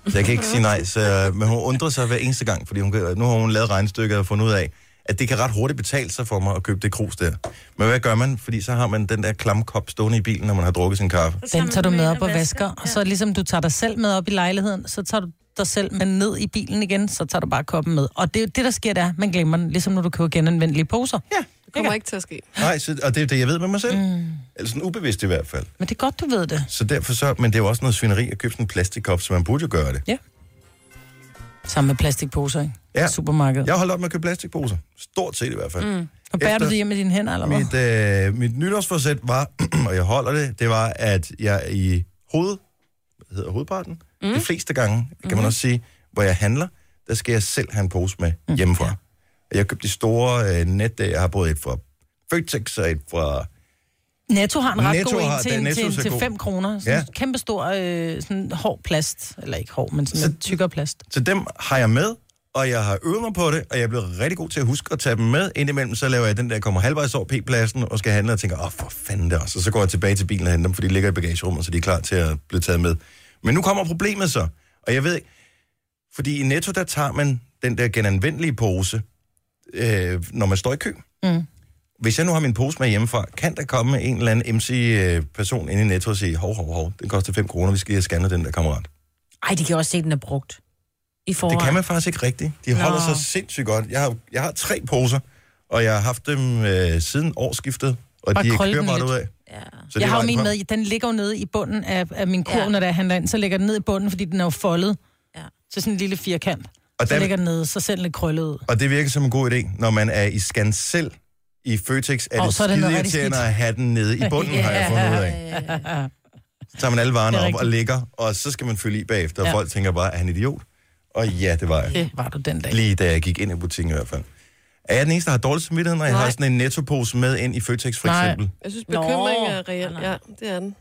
Speaker 1: Så jeg kan ikke sige nej, så, øh, men hun undrer sig hver eneste gang, fordi hun, kan- nu har hun lavet regnstykket og fundet ud af, at det kan ret hurtigt betale sig for mig at købe det krus der. Men hvad gør man? Fordi så har man den der klamme kop stående i bilen, når man har drukket sin kaffe.
Speaker 4: Den tager du med op og vasker,
Speaker 3: Ja.
Speaker 4: og så ligesom du tager dig selv med op i lejligheden, så tager du dig selv med ned i bilen igen, så tager du bare koppen med. Og det, er jo det der sker, der, man glemmer den, ligesom når du køber genanvendelige poser.
Speaker 1: Ja,
Speaker 5: Det kommer ikke til at ske.
Speaker 1: Nej, så, og det er det, jeg ved med mig selv. Mm. Eller sådan ubevidst i hvert fald.
Speaker 4: Men det er godt, du ved det.
Speaker 1: Så derfor så, men det er jo også noget svineri at købe sådan en plastikkop, så man burde jo gøre det.
Speaker 4: Sammen med plastikposer, ikke?
Speaker 1: Ja.
Speaker 4: supermarkedet.
Speaker 1: Jeg har holdt op med at købe plastikposer. Stort set i hvert fald. Mm.
Speaker 4: Og bærer
Speaker 1: Efter-
Speaker 4: du det hjem med dine hænder, eller hvad?
Speaker 1: Mit, øh, mit nytårsforsæt var, og jeg holder det, det var, at jeg i hoved, hvad hedder hovedparten, mm. de fleste gange, kan
Speaker 4: Mhm.
Speaker 1: man også sige, hvor jeg handler, der skal jeg selv have en pose med
Speaker 4: Mm,
Speaker 1: hjemmefra. Og jeg købte de store øh, net, jeg har både et fra Føtex og et fra...
Speaker 4: Netto har en ret
Speaker 1: Netto
Speaker 4: Netto god
Speaker 1: har-
Speaker 4: en til,
Speaker 1: den
Speaker 4: en,
Speaker 1: Netto
Speaker 4: til, en,
Speaker 1: så
Speaker 4: til
Speaker 1: god.
Speaker 4: 5 kroner. Sådan
Speaker 1: Ja.
Speaker 4: ja. kæmpe stor øh, sådan hård plast. Eller ikke hård, men sådan en tykkere plast.
Speaker 1: Så dem har jeg med, og jeg har øvet mig på det, og jeg er blevet rigtig god til at huske at tage dem med. Indimellem så laver jeg den der, kommer halvvejs over p-pladsen og skal handle og tænker, åh, for fanden det også. Og så går jeg tilbage til bilen og henter dem, for de ligger i bagagerummet, så de er klar til at blive taget med. Men nu kommer problemet så, og jeg ved ikke, fordi i Netto, der tager man den der genanvendelige pose, øh, når man står i kø. Mm. Hvis jeg nu har min pose med hjemmefra, kan der komme en eller anden MC-person ind i Netto og sige, hov, hov, hov, den koster 5 kroner, vi skal lige have scannet den der kammerat.
Speaker 3: Ej, de kan også se, at den er brugt. I forvejen.
Speaker 1: Det kan man faktisk ikke rigtigt. De holder
Speaker 3: Nå.
Speaker 1: sig sindssygt godt. Jeg har, jeg har tre poser, og jeg har haft dem øh, siden årsskiftet, og
Speaker 4: Bare
Speaker 1: de
Speaker 4: krølle
Speaker 1: kører
Speaker 4: den
Speaker 1: bare
Speaker 4: lidt.
Speaker 1: ud af.
Speaker 3: Ja.
Speaker 1: Så det
Speaker 4: jeg har
Speaker 1: var
Speaker 4: jo min
Speaker 1: en-
Speaker 4: med. Den ligger jo nede i bunden af, af min kurv,
Speaker 3: Ja.
Speaker 4: ja. når der handler ind. Så ligger den ned i bunden, fordi den er jo foldet.
Speaker 3: Ja.
Speaker 4: Ja. Så sådan en lille firkant.
Speaker 1: Og
Speaker 4: Og så
Speaker 1: der-
Speaker 4: ligger den nede, så ser den lidt krøllet ud.
Speaker 1: Og det virker som en god idé, når man er i scan selv i Føtex, er
Speaker 4: Åh,
Speaker 1: det
Speaker 4: så er det
Speaker 1: skide
Speaker 4: noget rigtig
Speaker 1: irriterende
Speaker 4: skidt.
Speaker 1: at have den nede i bunden, har jeg fundet ud af. Så tager man alle varerne
Speaker 4: Det er
Speaker 1: op og
Speaker 4: rigtigt.
Speaker 1: lægger, og så skal man fylde i bagefter, og
Speaker 4: Ja.
Speaker 1: folk tænker bare, er han idiot? Og ja, det var jeg.
Speaker 4: Det var du den dag.
Speaker 1: Lige da jeg gik ind i butikken i hvert fald. Er jeg den eneste, der har dårlig samvittighed, når jeg
Speaker 5: Nej.
Speaker 1: har sådan en nettopose med ind i Føtex for
Speaker 4: Nej.
Speaker 1: eksempel?
Speaker 5: Jeg synes,
Speaker 4: Nå.
Speaker 5: bekymring er reelt.
Speaker 3: Ah, Nej, nej.
Speaker 5: Ja, det er den.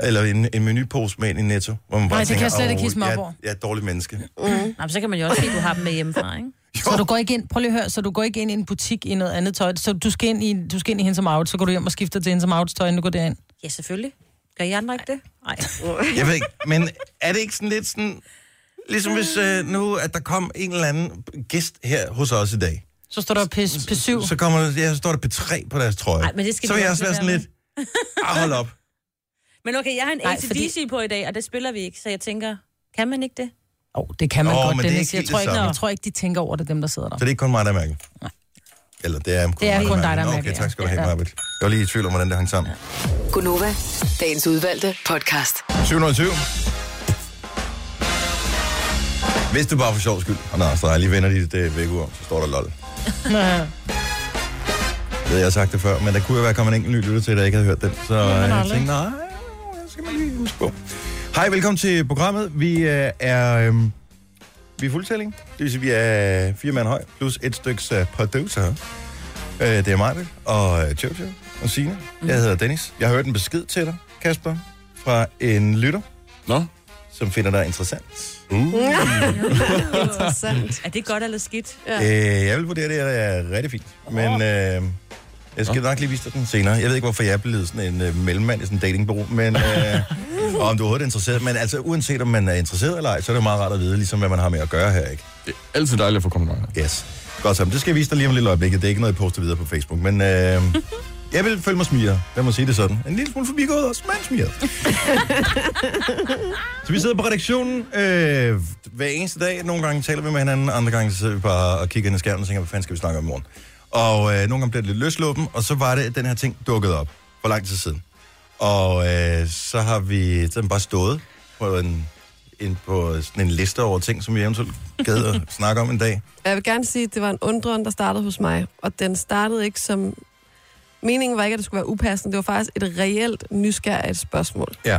Speaker 1: Eller en, en menupose med ind i Netto, hvor man bare
Speaker 4: Nej, det kan
Speaker 1: tænker,
Speaker 4: jeg slet ikke
Speaker 1: "Åh,
Speaker 4: hisse mig op over."
Speaker 1: jeg, jeg er et dårligt menneske.
Speaker 3: Nå, men så kan man jo også se, at du har dem med hjemmefra, ikke?
Speaker 4: Mm. Så du går ikke ind, prøv lige at høre, så du går ikke ind i en butik i noget andet tøj. Så du skal ind i, du skal ind i hendes out, så går du hjem og skifter til hendes out tøj, inden du går derind.
Speaker 3: Ja, selvfølgelig. Gør I andre ikke det? Nej.
Speaker 1: Jeg ved ikke, men er det ikke sådan lidt sådan... Ligesom hvis øh, nu, at der kom en eller anden gæst her hos os i dag,
Speaker 4: Så står der P- P7.
Speaker 1: så kommer der, ja, så står der P3 på deres trøje.
Speaker 3: Ej, men det skal
Speaker 1: så
Speaker 3: vi
Speaker 1: vil jeg også
Speaker 3: også
Speaker 1: være
Speaker 3: lade
Speaker 1: sådan
Speaker 3: være
Speaker 1: lidt... Ah, hold op.
Speaker 3: Men okay, jeg har en
Speaker 4: Nej,
Speaker 3: ACDC
Speaker 4: fordi-
Speaker 3: fordi... på i dag, og det spiller vi ikke, så jeg tænker, kan man ikke det?
Speaker 4: Åh, oh, det kan man
Speaker 1: Åh,
Speaker 4: oh,
Speaker 1: men
Speaker 4: godt,
Speaker 1: det er
Speaker 4: Dennis.
Speaker 1: ikke
Speaker 4: Jeg
Speaker 1: helt
Speaker 4: tror,
Speaker 1: det
Speaker 4: ikke,
Speaker 1: samme.
Speaker 4: jeg tror ikke, de tænker over det, dem der sidder der.
Speaker 1: Så det er ikke kun mig, der mærker. Eller det er kun,
Speaker 4: er
Speaker 1: mig,
Speaker 4: kun dig, der
Speaker 1: Nå,
Speaker 4: er
Speaker 1: Okay,
Speaker 4: mærket,
Speaker 1: tak skal du
Speaker 4: ja.
Speaker 1: have,
Speaker 4: Ja.
Speaker 1: ja. Jeg var lige i tvivl om, hvordan det hang sammen.
Speaker 6: Gunova, dagens udvalgte podcast.
Speaker 1: 720. Hvis du bare for sjov skyld, og nej, så jeg lige vender dit øh, væk om, så står der lol. Jeg ved, jeg har sagt det før, men der kunne jo være kommet en enkelt ny lytter til, der ikke havde hørt den. Så øh, jeg tænkte, nej, det skal man lige huske på. Hej, velkommen til programmet. Vi øh, er... Øh, vi er fuldtælling. Det vil sige, vi er fire mand høj, plus et stykke uh, producer. Øh, det er mig, og øh, Jojo, og Signe. Jeg hedder Dennis. Jeg har hørt en besked til dig, Kasper, fra en lytter,
Speaker 8: Nå?
Speaker 1: som finder dig interessant. Uh.
Speaker 5: Interessant.
Speaker 3: Er det godt eller skidt?
Speaker 5: Ja.
Speaker 1: Øh, jeg vil vurdere, at det er rigtig fint, men øh, jeg skal nok lige vise dig den senere. Jeg ved ikke, hvorfor jeg er blevet sådan en øh, mellemmand i sådan en datingbureau, men øh, og om du overhovedet er interesseret. Men altså, uanset om man er interesseret eller ej, så er det jo meget rart at vide, ligesom hvad man har med at gøre her, ikke?
Speaker 8: Det er altid dejligt at få komplimenter.
Speaker 1: Yes. Godt så, men det skal jeg vise dig lige om et lille øjeblik. Det er ikke noget, jeg poster videre på Facebook, men øh, jeg vil følge mig smiger. Lad mig sige det sådan. En lille smule forbigået også, men smiger. så vi sidder på redaktionen øh, hver eneste dag. Nogle gange taler vi med hinanden, andre gange så sidder vi bare og kigger ind i skærmen og tænker, hvad fanden skal vi snakke om i morgen? Og øh, nogle gange bliver det lidt løsluppen, og så var det, at den her ting dukkede op for lang tid siden. Og øh, så har vi så har den bare stået på en, en, på sådan en liste over ting, som vi eventuelt gad at snakke om en dag.
Speaker 5: Jeg vil gerne sige, at det var en undren, der startede hos mig. Og den startede ikke som... Meningen var ikke, at det skulle være upassende. Det var faktisk et reelt nysgerrigt spørgsmål.
Speaker 1: Ja.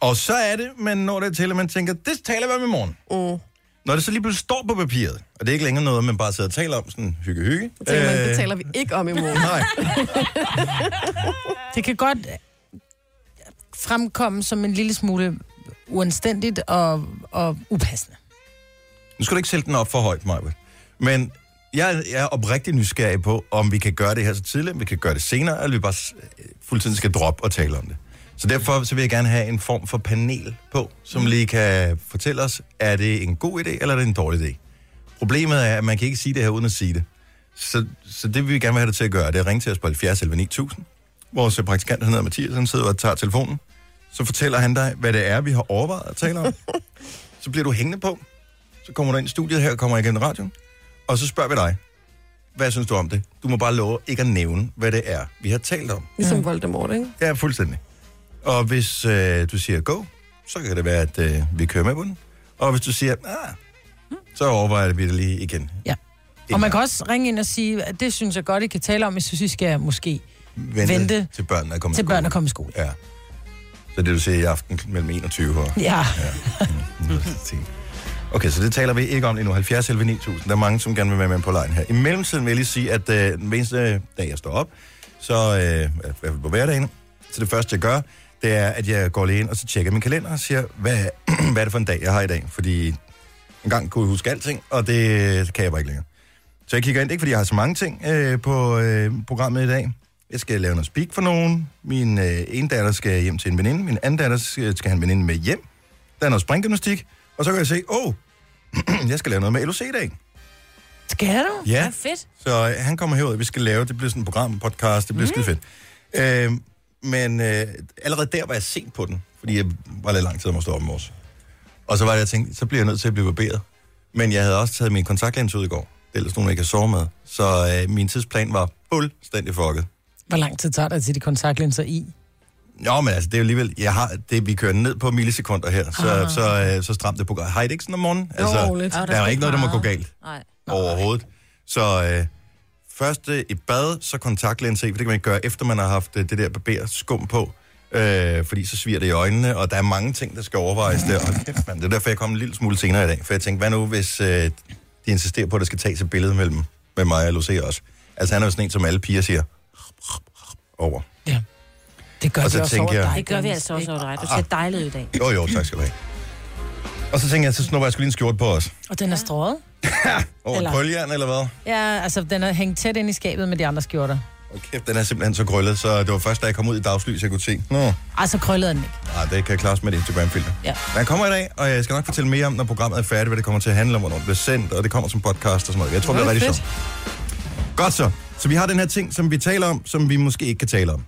Speaker 1: Og så er det, man når det til, at man tænker, det taler vi om i morgen.
Speaker 5: Mm.
Speaker 1: Når det så lige pludselig står på papiret, og det er ikke længere noget, man bare sidder og taler om, sådan hygge hygge.
Speaker 5: Så tænker
Speaker 1: Øh.
Speaker 5: man, det taler vi ikke om i morgen.
Speaker 1: Nej,
Speaker 4: Det kan godt fremkomme som en lille smule uanstændigt og, og upassende.
Speaker 1: nu skal du ikke sælge den op for højt, Maja. Men jeg er oprigtig nysgerrig på, om vi kan gøre det her så tidligt, om vi kan gøre det senere, eller vi bare s- øh, fuldstændig skal droppe og tale om det. Så derfor så vil jeg gerne have en form for panel på, som lige kan fortælle os, er det en god idé, eller er det en dårlig idé? Problemet er, at man kan ikke sige det her uden at sige det. Så, så det vi gerne vil have dig til at gøre, det er at ringe til os på 70 11 9000. Vores øh, praktikant, han hedder Mathias, han sidder og tager telefonen. Så fortæller han dig, hvad det er, vi har overvejet at tale om. så bliver du hængende på. Så kommer du ind i studiet her, kommer igen i radioen. Og så spørger vi dig, hvad synes du om det? Du må bare love ikke at nævne, hvad det er, vi har talt om.
Speaker 5: Ligesom Voldemort, ikke?
Speaker 1: Ja, fuldstændig. Og hvis øh, du siger gå, så kan det være, at øh, vi kører med på den. Og hvis du siger, ah, så overvejer vi det lige igen.
Speaker 4: Ja. Og man kan også ringe ind og sige, at det synes jeg godt, I kan tale om. Jeg synes, I skal måske
Speaker 1: vente,
Speaker 4: vente
Speaker 1: til børnene er kommet
Speaker 4: til
Speaker 1: i
Speaker 4: børn at
Speaker 1: skole.
Speaker 4: komme i skole.
Speaker 1: Ja. Så det, du ser i aften kl- mellem 21 og
Speaker 4: Ja.
Speaker 1: Mm, ting. Okay, så det taler vi ikke om lige nu. 70 11 9000. Der er mange, som gerne vil være med på lejen her. I mellemtiden vil jeg lige sige, at øh, den eneste dag, jeg står op, så øh, i hvert fald på hverdagen, så det første, jeg gør, det er, at jeg går lige ind og så tjekker min kalender og siger, hvad, hvad er det for en dag, jeg har i dag? Fordi en gang kunne jeg huske alting, og det øh, kan jeg bare ikke længere. Så jeg kigger ind, ikke fordi jeg har så mange ting øh, på øh, programmet i dag. Jeg skal lave noget speak for nogen. Min øh, ene datter skal hjem til en veninde. Min anden datter skal, skal have en veninde med hjem. Der er noget springgymnastik. Og så kan jeg se, åh, oh, jeg skal lave noget med LOC i dag.
Speaker 4: Skal du?
Speaker 1: Ja,
Speaker 3: fedt.
Speaker 1: så øh, han kommer herud, og vi skal lave, det bliver sådan et program, podcast, det bliver mm. skide fedt. Øh, men øh, allerede der var jeg sent på den, fordi jeg var lidt lang tid om at stå op i morges. Og så var det, jeg tænkte, så bliver jeg nødt til at blive barberet. Men jeg havde også taget min kontaktlinse ud i går. Det er ellers nogen, jeg kan sove med. Så øh, min tidsplan var fuldstændig fucket.
Speaker 4: Hvor lang tid tager det til de kontaktlinser i?
Speaker 1: Nå, men altså, det er jo alligevel, jeg har, det, vi kører ned på millisekunder her, så, ah. så, så, øh, så stramt det program. Har I det ikke sådan om morgenen? Altså,
Speaker 9: Jo, lidt.
Speaker 1: der er jo ikke noget, der må gå galt.
Speaker 3: Nej.
Speaker 1: overhovedet. Så øh, først øh, i bad, så kontaktlinse i, for det kan man ikke gøre, efter man har haft øh, det der barberskum på. Øh, fordi så sviger det i øjnene, og der er mange ting, der skal overvejes der. Og kæft, mand, det er derfor, jeg kom en lille smule senere i dag. For jeg tænkte, hvad nu, hvis øh, de insisterer på, at der skal tages et billede mellem med mig og LOC også. Altså han er jo sådan en, som alle piger siger, over.
Speaker 4: Ja. Det gør altså.
Speaker 1: Og
Speaker 4: og de også
Speaker 1: så tænker
Speaker 4: over
Speaker 1: jeg-
Speaker 4: dig.
Speaker 3: Det gør vi altså også over dig. Du ser dejlig ud i dag.
Speaker 1: Jo, jo, tak skal du have. Og så tænkte jeg, så snupper jeg skulle lige en skjort på os.
Speaker 4: Og den er strået.
Speaker 1: Over
Speaker 4: Eller-
Speaker 1: et krøljern, eller hvad?
Speaker 4: Ja, altså den er hængt tæt ind i skabet med de andre skjorter.
Speaker 1: Og kæft, den er simpelthen så krøllet, så det var først, da jeg kom ud i dagslys, jeg kunne se, nå,
Speaker 4: Altså krøllede er den ikke.
Speaker 1: Nej, Ah, det kan klares med et Instagram-filter.
Speaker 4: Ja.
Speaker 1: Men jeg kommer i dag, og jeg skal nok fortælle mere om, når programmet er færdigt, hvad det kommer til at handle om, hvornår det bliver sendt, og det kommer som podcast og sådan noget. Jeg tror, det er rigtig sjovt. Godt så. Så vi har den her ting, som vi taler om, som vi måske ikke kan tale om.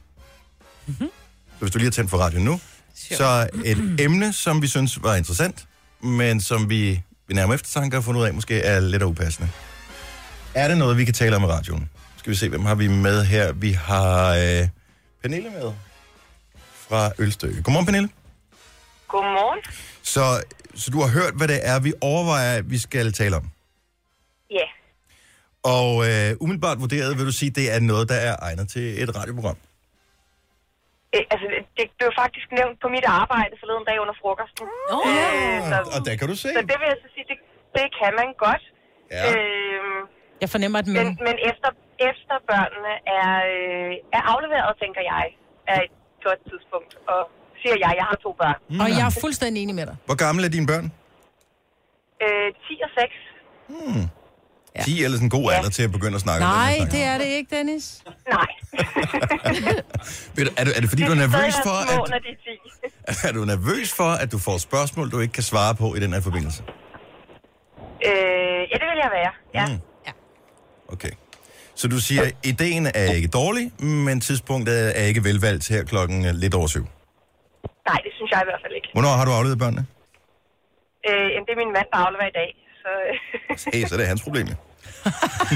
Speaker 1: Mm-hmm. Så hvis du lige har tændt for radioen nu, sure. så et emne, som vi synes var interessant, men som vi ved nærmere eftertanke har fundet ud af, måske er lidt upassende. Er det noget, vi kan tale om i radioen? Skal vi se, hvem har vi med her? Vi har øh, Pernille med fra Ølstykke. Godmorgen, Pernille.
Speaker 10: Godmorgen.
Speaker 1: Så, så du har hørt, hvad det er, vi overvejer, at vi skal tale om.
Speaker 10: Ja,
Speaker 1: Og øh, umiddelbart vurderet vil du sige, at det er noget, der er egnet til et radioprogram.
Speaker 10: øh, altså det- det blev faktisk nævnt på mit arbejde forleden dag under frokosten.
Speaker 3: Åh.
Speaker 10: Øh, så,
Speaker 1: Og, og der kan du se.
Speaker 10: så det vil jeg så sige, det, det kan man godt.
Speaker 1: Ja.
Speaker 10: Øh,
Speaker 4: Jeg fornemmer, at
Speaker 10: men
Speaker 4: men...
Speaker 10: men efter, efter børnene er, øh, er afleveret, tænker jeg, er et godt tidspunkt. Og siger jeg, jeg har to børn.
Speaker 4: Mm. Og jeg er fuldstændig enig med dig.
Speaker 1: Hvor gamle er dine børn?
Speaker 10: Øh, 10 og 6.
Speaker 1: Ja. 10 eller sådan en god alder til at begynde at snakke
Speaker 4: Nej,
Speaker 1: om det.
Speaker 4: det er det ikke, Dennis.
Speaker 10: Nej.
Speaker 1: Er... Er, du, er det fordi, du er nervøs for,
Speaker 10: at... Små,
Speaker 1: at,
Speaker 10: når de er 10.
Speaker 1: er du nervøs for, at du får spørgsmål, du ikke kan svare på i den her forbindelse?
Speaker 10: Øh, ja, det vil jeg være. Ja.
Speaker 1: Mm. Okay. Så du siger, at ideen er ikke dårlig, men tidspunktet er ikke velvalgt her klokken øh, lidt over syv.
Speaker 10: Nej, det synes jeg i hvert fald ikke.
Speaker 1: Hvornår har du afledt børnene?
Speaker 10: Øh, jamen, det er min mand, der afleverer i dag. Så,
Speaker 1: Hey, så er det hans problem. jo.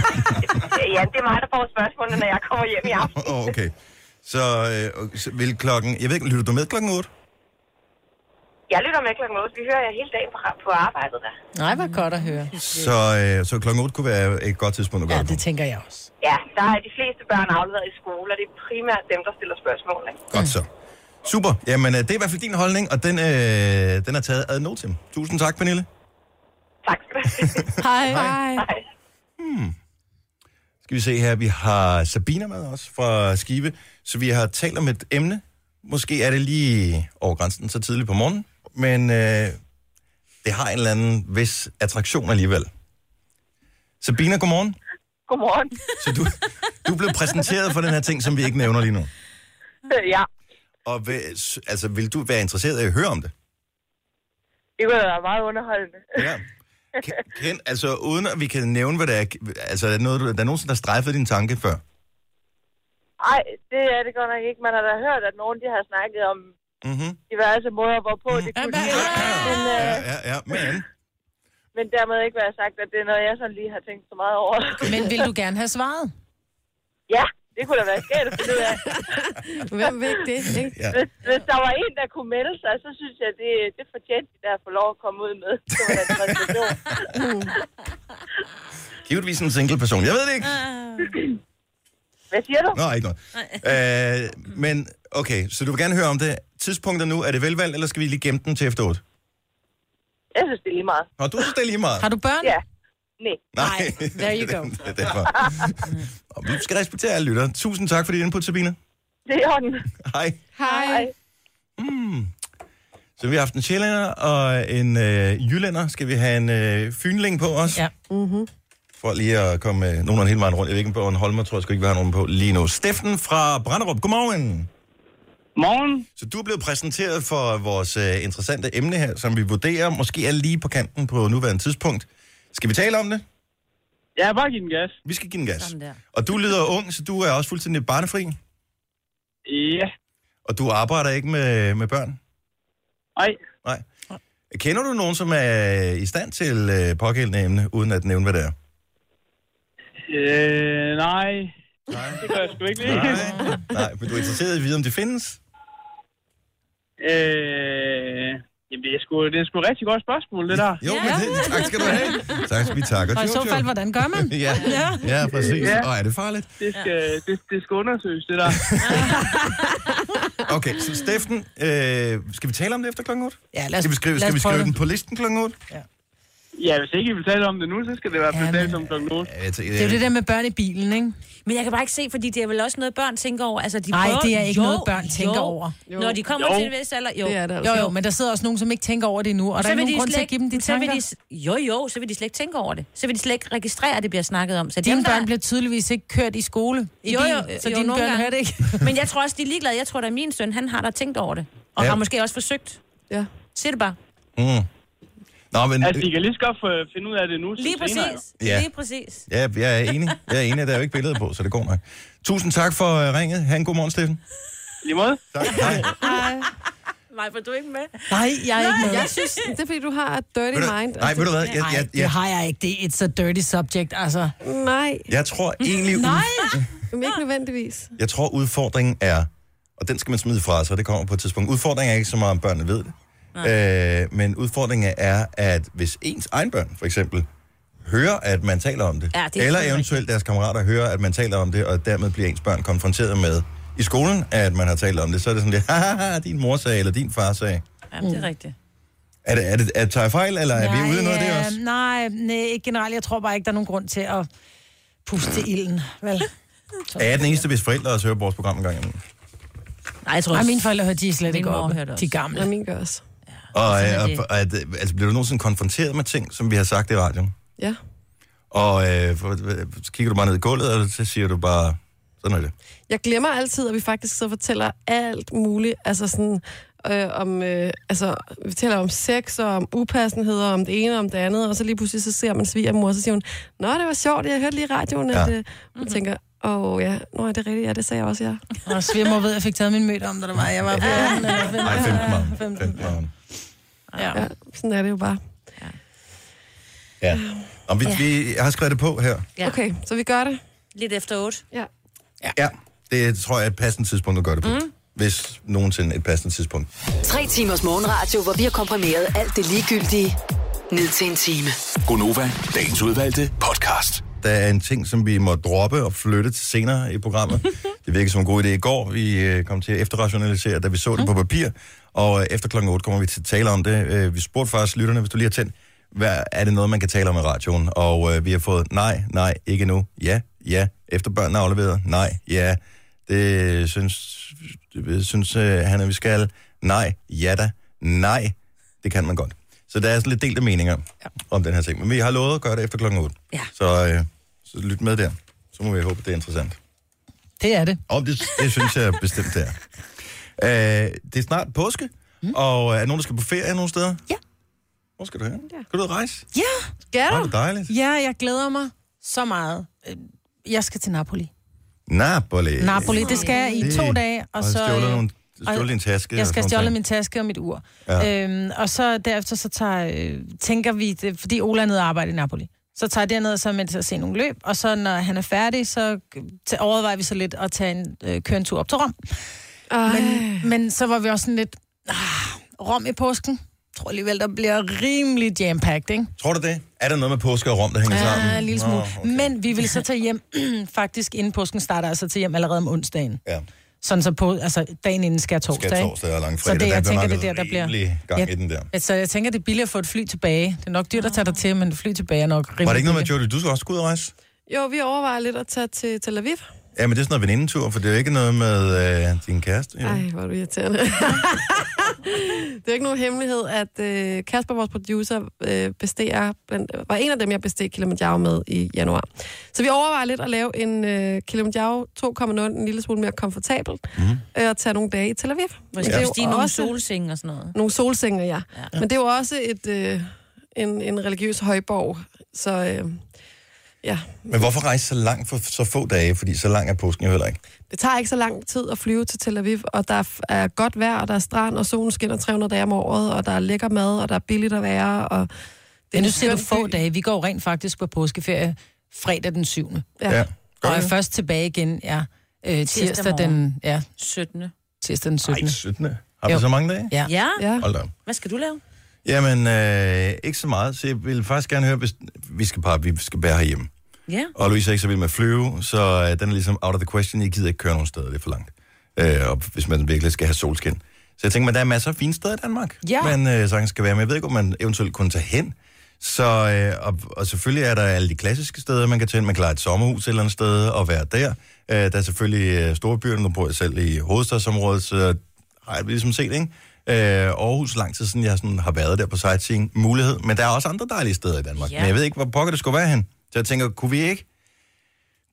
Speaker 10: ja, det er mig, der får spørgsmålene, når jeg kommer hjem i aften.
Speaker 1: Åh, oh, okay. Så, øh, okay, så vil klokken... Jeg ved ikke, lytter du med klokken 8?
Speaker 10: Jeg lytter med klokken 8. Vi hører jer hele dagen på, på arbejdet der.
Speaker 4: Nej, hvor godt at høre.
Speaker 1: Så, øh, så klokken 8 kunne være et godt tidspunkt at gøre
Speaker 4: Ja,
Speaker 1: det
Speaker 4: det
Speaker 1: på.
Speaker 4: tænker jeg også.
Speaker 10: Ja, der er de fleste børn afleveret i skole, og det er primært dem, der stiller spørgsmål. Ikke?
Speaker 1: Godt så. Super. Jamen, øh, det er i hvert fald din holdning, og den, øh, den er taget ad notem. Tusind tak, Pernille.
Speaker 10: Tak skal du have.
Speaker 9: Hej. Hej.
Speaker 10: Hej.
Speaker 1: Skal vi se her, vi har Sabina med os fra Skive, så vi har talt om et emne. Måske er det lige over grænsen så tidligt på morgenen, men øh, det har en eller anden vis attraktion alligevel. Sabina, godmorgen.
Speaker 10: Godmorgen.
Speaker 1: Så du, du blev præsenteret for den her ting, som vi ikke nævner lige nu.
Speaker 10: ja,
Speaker 1: Og vil, altså, vil du være interesseret i at høre om det?
Speaker 10: det kunne være meget underholdende.
Speaker 1: Ja. Ken, altså, uden at vi kan nævne, hvad det er, altså, er det noget, du, der er nogensinde, der strejfede din tanke før.
Speaker 10: Nej, det er det godt nok ikke. Man har da hørt, at nogen de har snakket om
Speaker 1: Mm-hmm.
Speaker 10: diverse måder, hvorpå det kunne
Speaker 4: hvad-
Speaker 10: ske. Men, øh,
Speaker 1: Ja, ja, ja, men...
Speaker 10: men dermed ikke være sagt, at det er noget, jeg sådan lige har tænkt så meget over.
Speaker 4: Men vil du gerne have svaret?
Speaker 10: ja,
Speaker 11: Det kunne da være skægt at finde ud af.
Speaker 5: Hvem vil ikke det, ikke?
Speaker 1: Ja.
Speaker 11: Hvis, hvis der var en, der kunne melde sig, så synes jeg, det, det fortjente de der at få lov at komme ud med. Det var da en præstation.
Speaker 1: Givetvis en single person. Jeg ved det ikke.
Speaker 11: Hvad siger du?
Speaker 1: Nå, ikke noget. Øh, men okay, så du vil gerne høre om det. Tidspunkter nu, er det velvalgt, eller skal vi lige gemme den til efteråret?
Speaker 11: Jeg synes, det er lige meget.
Speaker 1: Nå, du synes, det er lige meget.
Speaker 4: Har du børn?
Speaker 11: Ja. Nej.
Speaker 1: Nej,
Speaker 4: there you go.
Speaker 1: det er derfor. Og vi skal respektere alle lytter. Tusind tak for din input, Sabine.
Speaker 11: Det er i orden.
Speaker 1: Hej.
Speaker 5: Hej.
Speaker 1: Mm. Så vi har haft en sjællænder og en øh, jylænder. Skal vi have en øh, fynling på os?
Speaker 4: Ja.
Speaker 1: Mm-hmm. For lige at komme øh, nogenlunde hele vejen rundt. Jeg ved ikke, på en Holmer tror jeg sgu ikke, vi har nogen på lige nu. Steffen fra Branderup, godmorgen.
Speaker 12: Morgen.
Speaker 1: Så du er blevet præsenteret for vores øh, interessante emne her, som vi vurderer måske er lige på kanten på nuværende tidspunkt. Skal vi tale om det?
Speaker 12: Ja, bare giv den gas.
Speaker 1: Vi skal give den gas.
Speaker 3: Sådan der.
Speaker 1: Og du lyder ung, så du er også fuldstændig barnefri.
Speaker 12: Ja.
Speaker 1: Og du arbejder ikke med, med børn?
Speaker 12: Ej.
Speaker 1: Nej. Kender du nogen, som er i stand til øh, pågældende emne, uden at nævne, hvad det er?
Speaker 12: Øh, nej.
Speaker 1: Nej.
Speaker 12: Det gør jeg sgu ikke lige.
Speaker 1: Nej, nej, men du er interesseret i at vide, om det findes?
Speaker 12: Øh, jamen, det er, sgu, det er sgu et rigtig godt spørgsmål, det der.
Speaker 1: Jo, men det, tak skal du have. Tak skal vi takke.
Speaker 4: Og i så fald, hvordan gør man?
Speaker 1: Ja, ja, præcis.
Speaker 12: Ja.
Speaker 1: Og er det farligt?
Speaker 12: Det skal, det, det skal undersøges, det der.
Speaker 1: Okay, så Steffen, øh, skal vi tale om det efter klokken 8?
Speaker 4: Ja, lad os,
Speaker 1: Skal vi skrive,
Speaker 4: lad
Speaker 1: skal
Speaker 4: os
Speaker 1: vi
Speaker 4: prøve
Speaker 1: skrive den
Speaker 4: det.
Speaker 1: på listen klokken 8?
Speaker 12: Ja, hvis ikke I vil tale om det nu, så skal det i hvert fald
Speaker 4: Ja,
Speaker 12: tales om klokken 8.
Speaker 1: Ja, jeg tænker,
Speaker 4: Det er jo det der med børn i bilen, ikke?
Speaker 3: Øhm. Men jeg kan bare ikke se, fordi det er vel også noget, børn tænker over. Altså, de
Speaker 4: Nej,
Speaker 3: prøver...
Speaker 4: det er ikke noget, børn tænker over.
Speaker 3: Jo. Når de kommer
Speaker 12: Jo.
Speaker 3: til en vis alder, jo.
Speaker 5: Det er det altså.
Speaker 4: Jo, jo, men der sidder også nogen, som ikke tænker over det nu, og der er
Speaker 3: vil
Speaker 4: ikke nogen
Speaker 3: de
Speaker 4: grund til
Speaker 3: slet
Speaker 4: at give dem de
Speaker 3: ikke- så vil
Speaker 4: tanker.
Speaker 3: de, jo, jo, så vil de slet ikke tænke over det. Så vil de slet ikke registrere, at det bliver snakket om. Så
Speaker 4: Dine
Speaker 3: dem, der-
Speaker 4: børn bliver tydeligvis ikke kørt i skole i
Speaker 3: Jo, jo,
Speaker 4: bil, så
Speaker 3: jo,
Speaker 4: dine
Speaker 3: nogle
Speaker 4: børn
Speaker 3: gange.
Speaker 4: hører det ikke.
Speaker 3: Men jeg tror også, de er ligeglade. Jeg tror, at min søn, han har da tænkt over det. Og
Speaker 1: Ja.
Speaker 3: ja. har måske også forsøgt.
Speaker 5: Ja.
Speaker 3: Sig det bare.
Speaker 1: Mm. Nå, men...
Speaker 12: Altså, de kan lige så godt få- finde ud af det nu. som
Speaker 3: Lige
Speaker 12: senere,
Speaker 3: præcis.
Speaker 1: jo. Ja.
Speaker 3: Lige præcis.
Speaker 1: Ja, jeg er enig. Jeg er enig, der er jo ikke billeder på, så det går nok. Tusind tak for øh, ringet. Ha' en god morgen, Steffen.
Speaker 12: jo. Lige måde.
Speaker 1: Tak. Hej.
Speaker 3: Nej, for du er ikke med.
Speaker 4: Nej, jeg er ikke med.
Speaker 5: Jeg synes, det er, fordi du har et dirty
Speaker 1: Ved du-
Speaker 5: mind.
Speaker 1: Nej, ved du hvad? Jeg,
Speaker 4: Nej,
Speaker 1: jeg,
Speaker 4: det
Speaker 1: jeg,
Speaker 4: har jeg ikke. Det er et så dirty subject, altså.
Speaker 5: Nej,
Speaker 1: jeg tror egentlig, ud,
Speaker 5: men ikke nødvendigvis.
Speaker 1: jeg tror udfordringen er, og den skal man smide fra sig, det kommer på et tidspunkt. Udfordringen er ikke så meget, om børnene ved det. Øh, men udfordringen er, at hvis ens egen børn, for eksempel, hører, at man taler om det,
Speaker 3: Ja, det er
Speaker 1: eller
Speaker 3: selvfølgelig
Speaker 1: eventuelt deres kammerater hører, at man taler om det, og dermed bliver ens børn konfronteret med i skolen, at man har talt om det, så er det sådan lidt, haha, din mor sagde, eller din far sagde.
Speaker 3: Ja, det er rigtigt.
Speaker 1: Er det, er det er, tager jeg fejl, eller er vi ude i noget af det
Speaker 4: øh,
Speaker 1: også?
Speaker 4: Nej, nej, ikke generelt. Jeg tror bare ikke, der er nogen grund til at puste i ilden, vel?
Speaker 1: Er jeg den eneste, hvis forældre også hører vores program en gang imellem?
Speaker 3: Nej, jeg tror
Speaker 4: Nej,
Speaker 3: også.
Speaker 4: mine forældre hørte de slet
Speaker 3: Min
Speaker 4: ikke
Speaker 3: mor
Speaker 4: op.
Speaker 3: hørte også.
Speaker 4: De gamle.
Speaker 5: Ja, min gør også.
Speaker 1: Og,
Speaker 3: sådan er
Speaker 1: øh,
Speaker 3: det.
Speaker 1: og at, øh, altså, bliver du nogensinde konfronteret med ting, som vi har sagt i radioen?
Speaker 5: Ja.
Speaker 1: Og øh, for- for- så kigger du bare ned i gulvet, og så siger du bare, sådan er det.
Speaker 5: Jeg glemmer altid, at vi faktisk sidder og fortæller alt muligt. Altså sådan, øh, om, øh, altså, vi taler om sex, og om upassenheder, og om det ene og om det andet, og så lige pludselig så ser man svigermor, og så siger hun, Nå, det var sjovt, jeg hørte lige i radioen,
Speaker 1: Ja.
Speaker 5: ja. at øh,
Speaker 4: Mhm.
Speaker 5: hun tænker, åh oh, ja, nå, er det rigtigt, ja, det sagde jeg også, ja.
Speaker 4: Og svigermor ved, at jeg fik taget min møde om, da det var. Jeg var på
Speaker 1: Nej, 15 morgen. 15 morgen.
Speaker 4: ja.
Speaker 5: ja. Sådan er det jo bare.
Speaker 1: Ja. Og vi, vi, jeg har skrevet det på her.
Speaker 3: Ja.
Speaker 5: Okay, så vi gør det.
Speaker 3: Lidt efter otte.
Speaker 5: Ja.
Speaker 1: Ja. Det tror jeg er et passende tidspunkt at gøre det på. Mm. Hvis nogensinde et passende tidspunkt.
Speaker 6: Tre timers morgenradio, hvor vi har komprimeret alt det ligegyldige ned til en time.
Speaker 7: Gonova, dagens udvalgte podcast.
Speaker 1: Der er en ting, som vi må droppe og flytte til senere i programmet. Det virker som en god idé i går. Vi øh, kom til at efterrationalisere, da vi så det på papir. Og øh, efter klokken 8 kommer vi til at tale om det. Øh, vi spurgte faktisk lytterne, hvis du lige har tændt, hvad, er det noget, man kan tale om i radioen? Og øh, vi har fået nej, nej, ikke nu, ja, ja, efter børn er afleveret, nej, ja. Det synes, det synes øh, han, at vi skal. Nej, ja da, nej, det kan man godt. Så der er sådan lidt delte meninger ja. om den her ting. Men vi har lovet at gøre det efter klokken 8.
Speaker 3: Ja.
Speaker 1: Så, øh, så lyt med der. Så må vi håbe, det er interessant.
Speaker 4: Det er det.
Speaker 1: Og det, det synes jeg bestemt, det er. Øh, det er snart påske, mm. og øh, er nogen, der skal på ferie nogle steder?
Speaker 4: Ja.
Speaker 1: Hvor skal du hen? Ja. Skal du ud og rejse?
Speaker 4: Ja,
Speaker 1: Ja. det er dejligt.
Speaker 4: ja jeg glæder mig så meget. Øh, Jeg skal til Napoli.
Speaker 1: Napoli.
Speaker 4: Napoli, det skal jeg i to
Speaker 1: Det-
Speaker 4: dage, og
Speaker 1: Og så,
Speaker 4: så...
Speaker 1: stjålet,
Speaker 4: øh,
Speaker 1: nogle,
Speaker 4: og-
Speaker 1: stjålet din taske.
Speaker 4: Jeg
Speaker 1: og
Speaker 4: skal
Speaker 1: sådan
Speaker 4: stjåle
Speaker 1: nogle
Speaker 4: min taske og mit ur.
Speaker 1: Ja.
Speaker 4: Ja. Øhm, og så derefter så tager, øh, tænker vi, det, fordi Ola er nede og arbejder i Napoli, Så tager jeg derned, og så er jeg med til at se nogle løb, og så når han er færdig, så t- overvejer vi så lidt at tage en, øh, køre en tur op til Rom. Men, men så var vi også sådan lidt, ah, Rom i påsken, jeg tror alligevel, der bliver rimelig jam-packed, ikke?
Speaker 1: Tror du det? Er der noget med påske og rom, der hænger sammen?
Speaker 4: Ja, en lille smule.
Speaker 1: Nå, okay.
Speaker 4: Men vi vil så tage hjem, faktisk inden påsken starter, altså til hjem allerede om onsdagen.
Speaker 1: Ja.
Speaker 4: Sådan så på, altså dagen inden skal torsdag,
Speaker 1: Skal torsdag og langfredag,
Speaker 4: Så det,
Speaker 1: der
Speaker 4: jeg
Speaker 1: bliver
Speaker 4: tænker, det er
Speaker 1: nok
Speaker 4: der, der bliver...
Speaker 1: rimelig gang i den der.
Speaker 4: Altså, jeg tænker, det er billigere at få et fly tilbage. Det er nok dyrt at tage dig til, men et fly tilbage er nok rimelig
Speaker 1: Var det ikke noget med,
Speaker 4: billigt.
Speaker 1: Jodie, du skulle også skulle ud og rejse?
Speaker 5: Jo, vi overvejer lidt at tage til Tel Aviv.
Speaker 1: Ja, men det er sådan noget venindetur, for det er jo ikke noget med øh, din kæreste. Jo.
Speaker 5: Ej, hvor er du irriterende. det er ikke nogen hemmelighed, at øh, Kasper, vores producer, øh, besteg jeg blandt, var en af dem, jeg besteg Kilimanjaro med i januar. Så vi overvejer lidt at lave en øh, Kilimanjaro 2.0, en lille smule mere komfortabel, mm. øh, og tage nogle dage i Tel Aviv. Men
Speaker 3: Måske
Speaker 5: det er
Speaker 3: ja. de
Speaker 5: jo
Speaker 3: nogle
Speaker 5: også-
Speaker 3: solsenge og sådan noget.
Speaker 5: Nogle solsænger, ja. ja. Men det er jo også et, øh, en, en religiøs højborg, så øh, ja,
Speaker 1: Men hvorfor rejse så langt for så få dage? Fordi så lang er påsken jo heller ikke.
Speaker 5: det tager ikke så lang tid at flyve til Tel Aviv, og der f- er godt vejr, og der er strand, og solen skinner 300 dage om året, og der er lækker mad, og der er billigt at være, og...
Speaker 4: Men nu
Speaker 5: en
Speaker 4: ser du
Speaker 5: skøn
Speaker 4: få
Speaker 5: by.
Speaker 4: dage. Vi går jo rent faktisk på påskeferie fredag den 7.
Speaker 5: Ja. ja.
Speaker 4: Og er først tilbage igen, ja, øh, tirsdag, den,
Speaker 3: morgen.
Speaker 4: ja,
Speaker 3: 17.
Speaker 4: tirsdag den 17.
Speaker 1: Ej, 17. Har
Speaker 4: Jo.
Speaker 1: vi så mange dage?
Speaker 4: Ja.
Speaker 3: Ja.
Speaker 5: ja.
Speaker 1: Hold da. op.
Speaker 3: Hvad skal du lave?
Speaker 1: Jamen, øh, ikke så meget. Så jeg vil faktisk gerne høre, hvis vi skal, bare, vi skal være herhjemme.
Speaker 3: Ja.
Speaker 1: Og Louise er ikke så vild med at flyve, så øh, den er ligesom out of the question. Jeg gider ikke køre nogen steder, det er for langt. Øh, og hvis man virkelig skal have solskin. Så jeg tænker, men der er masser af fine steder i Danmark,
Speaker 4: Ja.
Speaker 1: man øh, sagtens skal være med. Jeg ved ikke, om man eventuelt kunne tage hen. Så, øh, og, og selvfølgelig er der alle de klassiske steder, man kan tage hen. Man kan lege et sommerhus et eller andet sted og være der. Øh, der er selvfølgelig øh, store byer, nu bor jeg selv i hovedstadsområdet, så har jeg ligesom set, ikke? Øh, Aarhus lang tid siden, jeg sådan har været der på sightseeing. Mulighed. Men der er også andre dejlige steder i Danmark.
Speaker 3: Ja.
Speaker 1: Men jeg ved ikke, hvor pokker det skulle være hen. Så jeg tænker, kunne vi ikke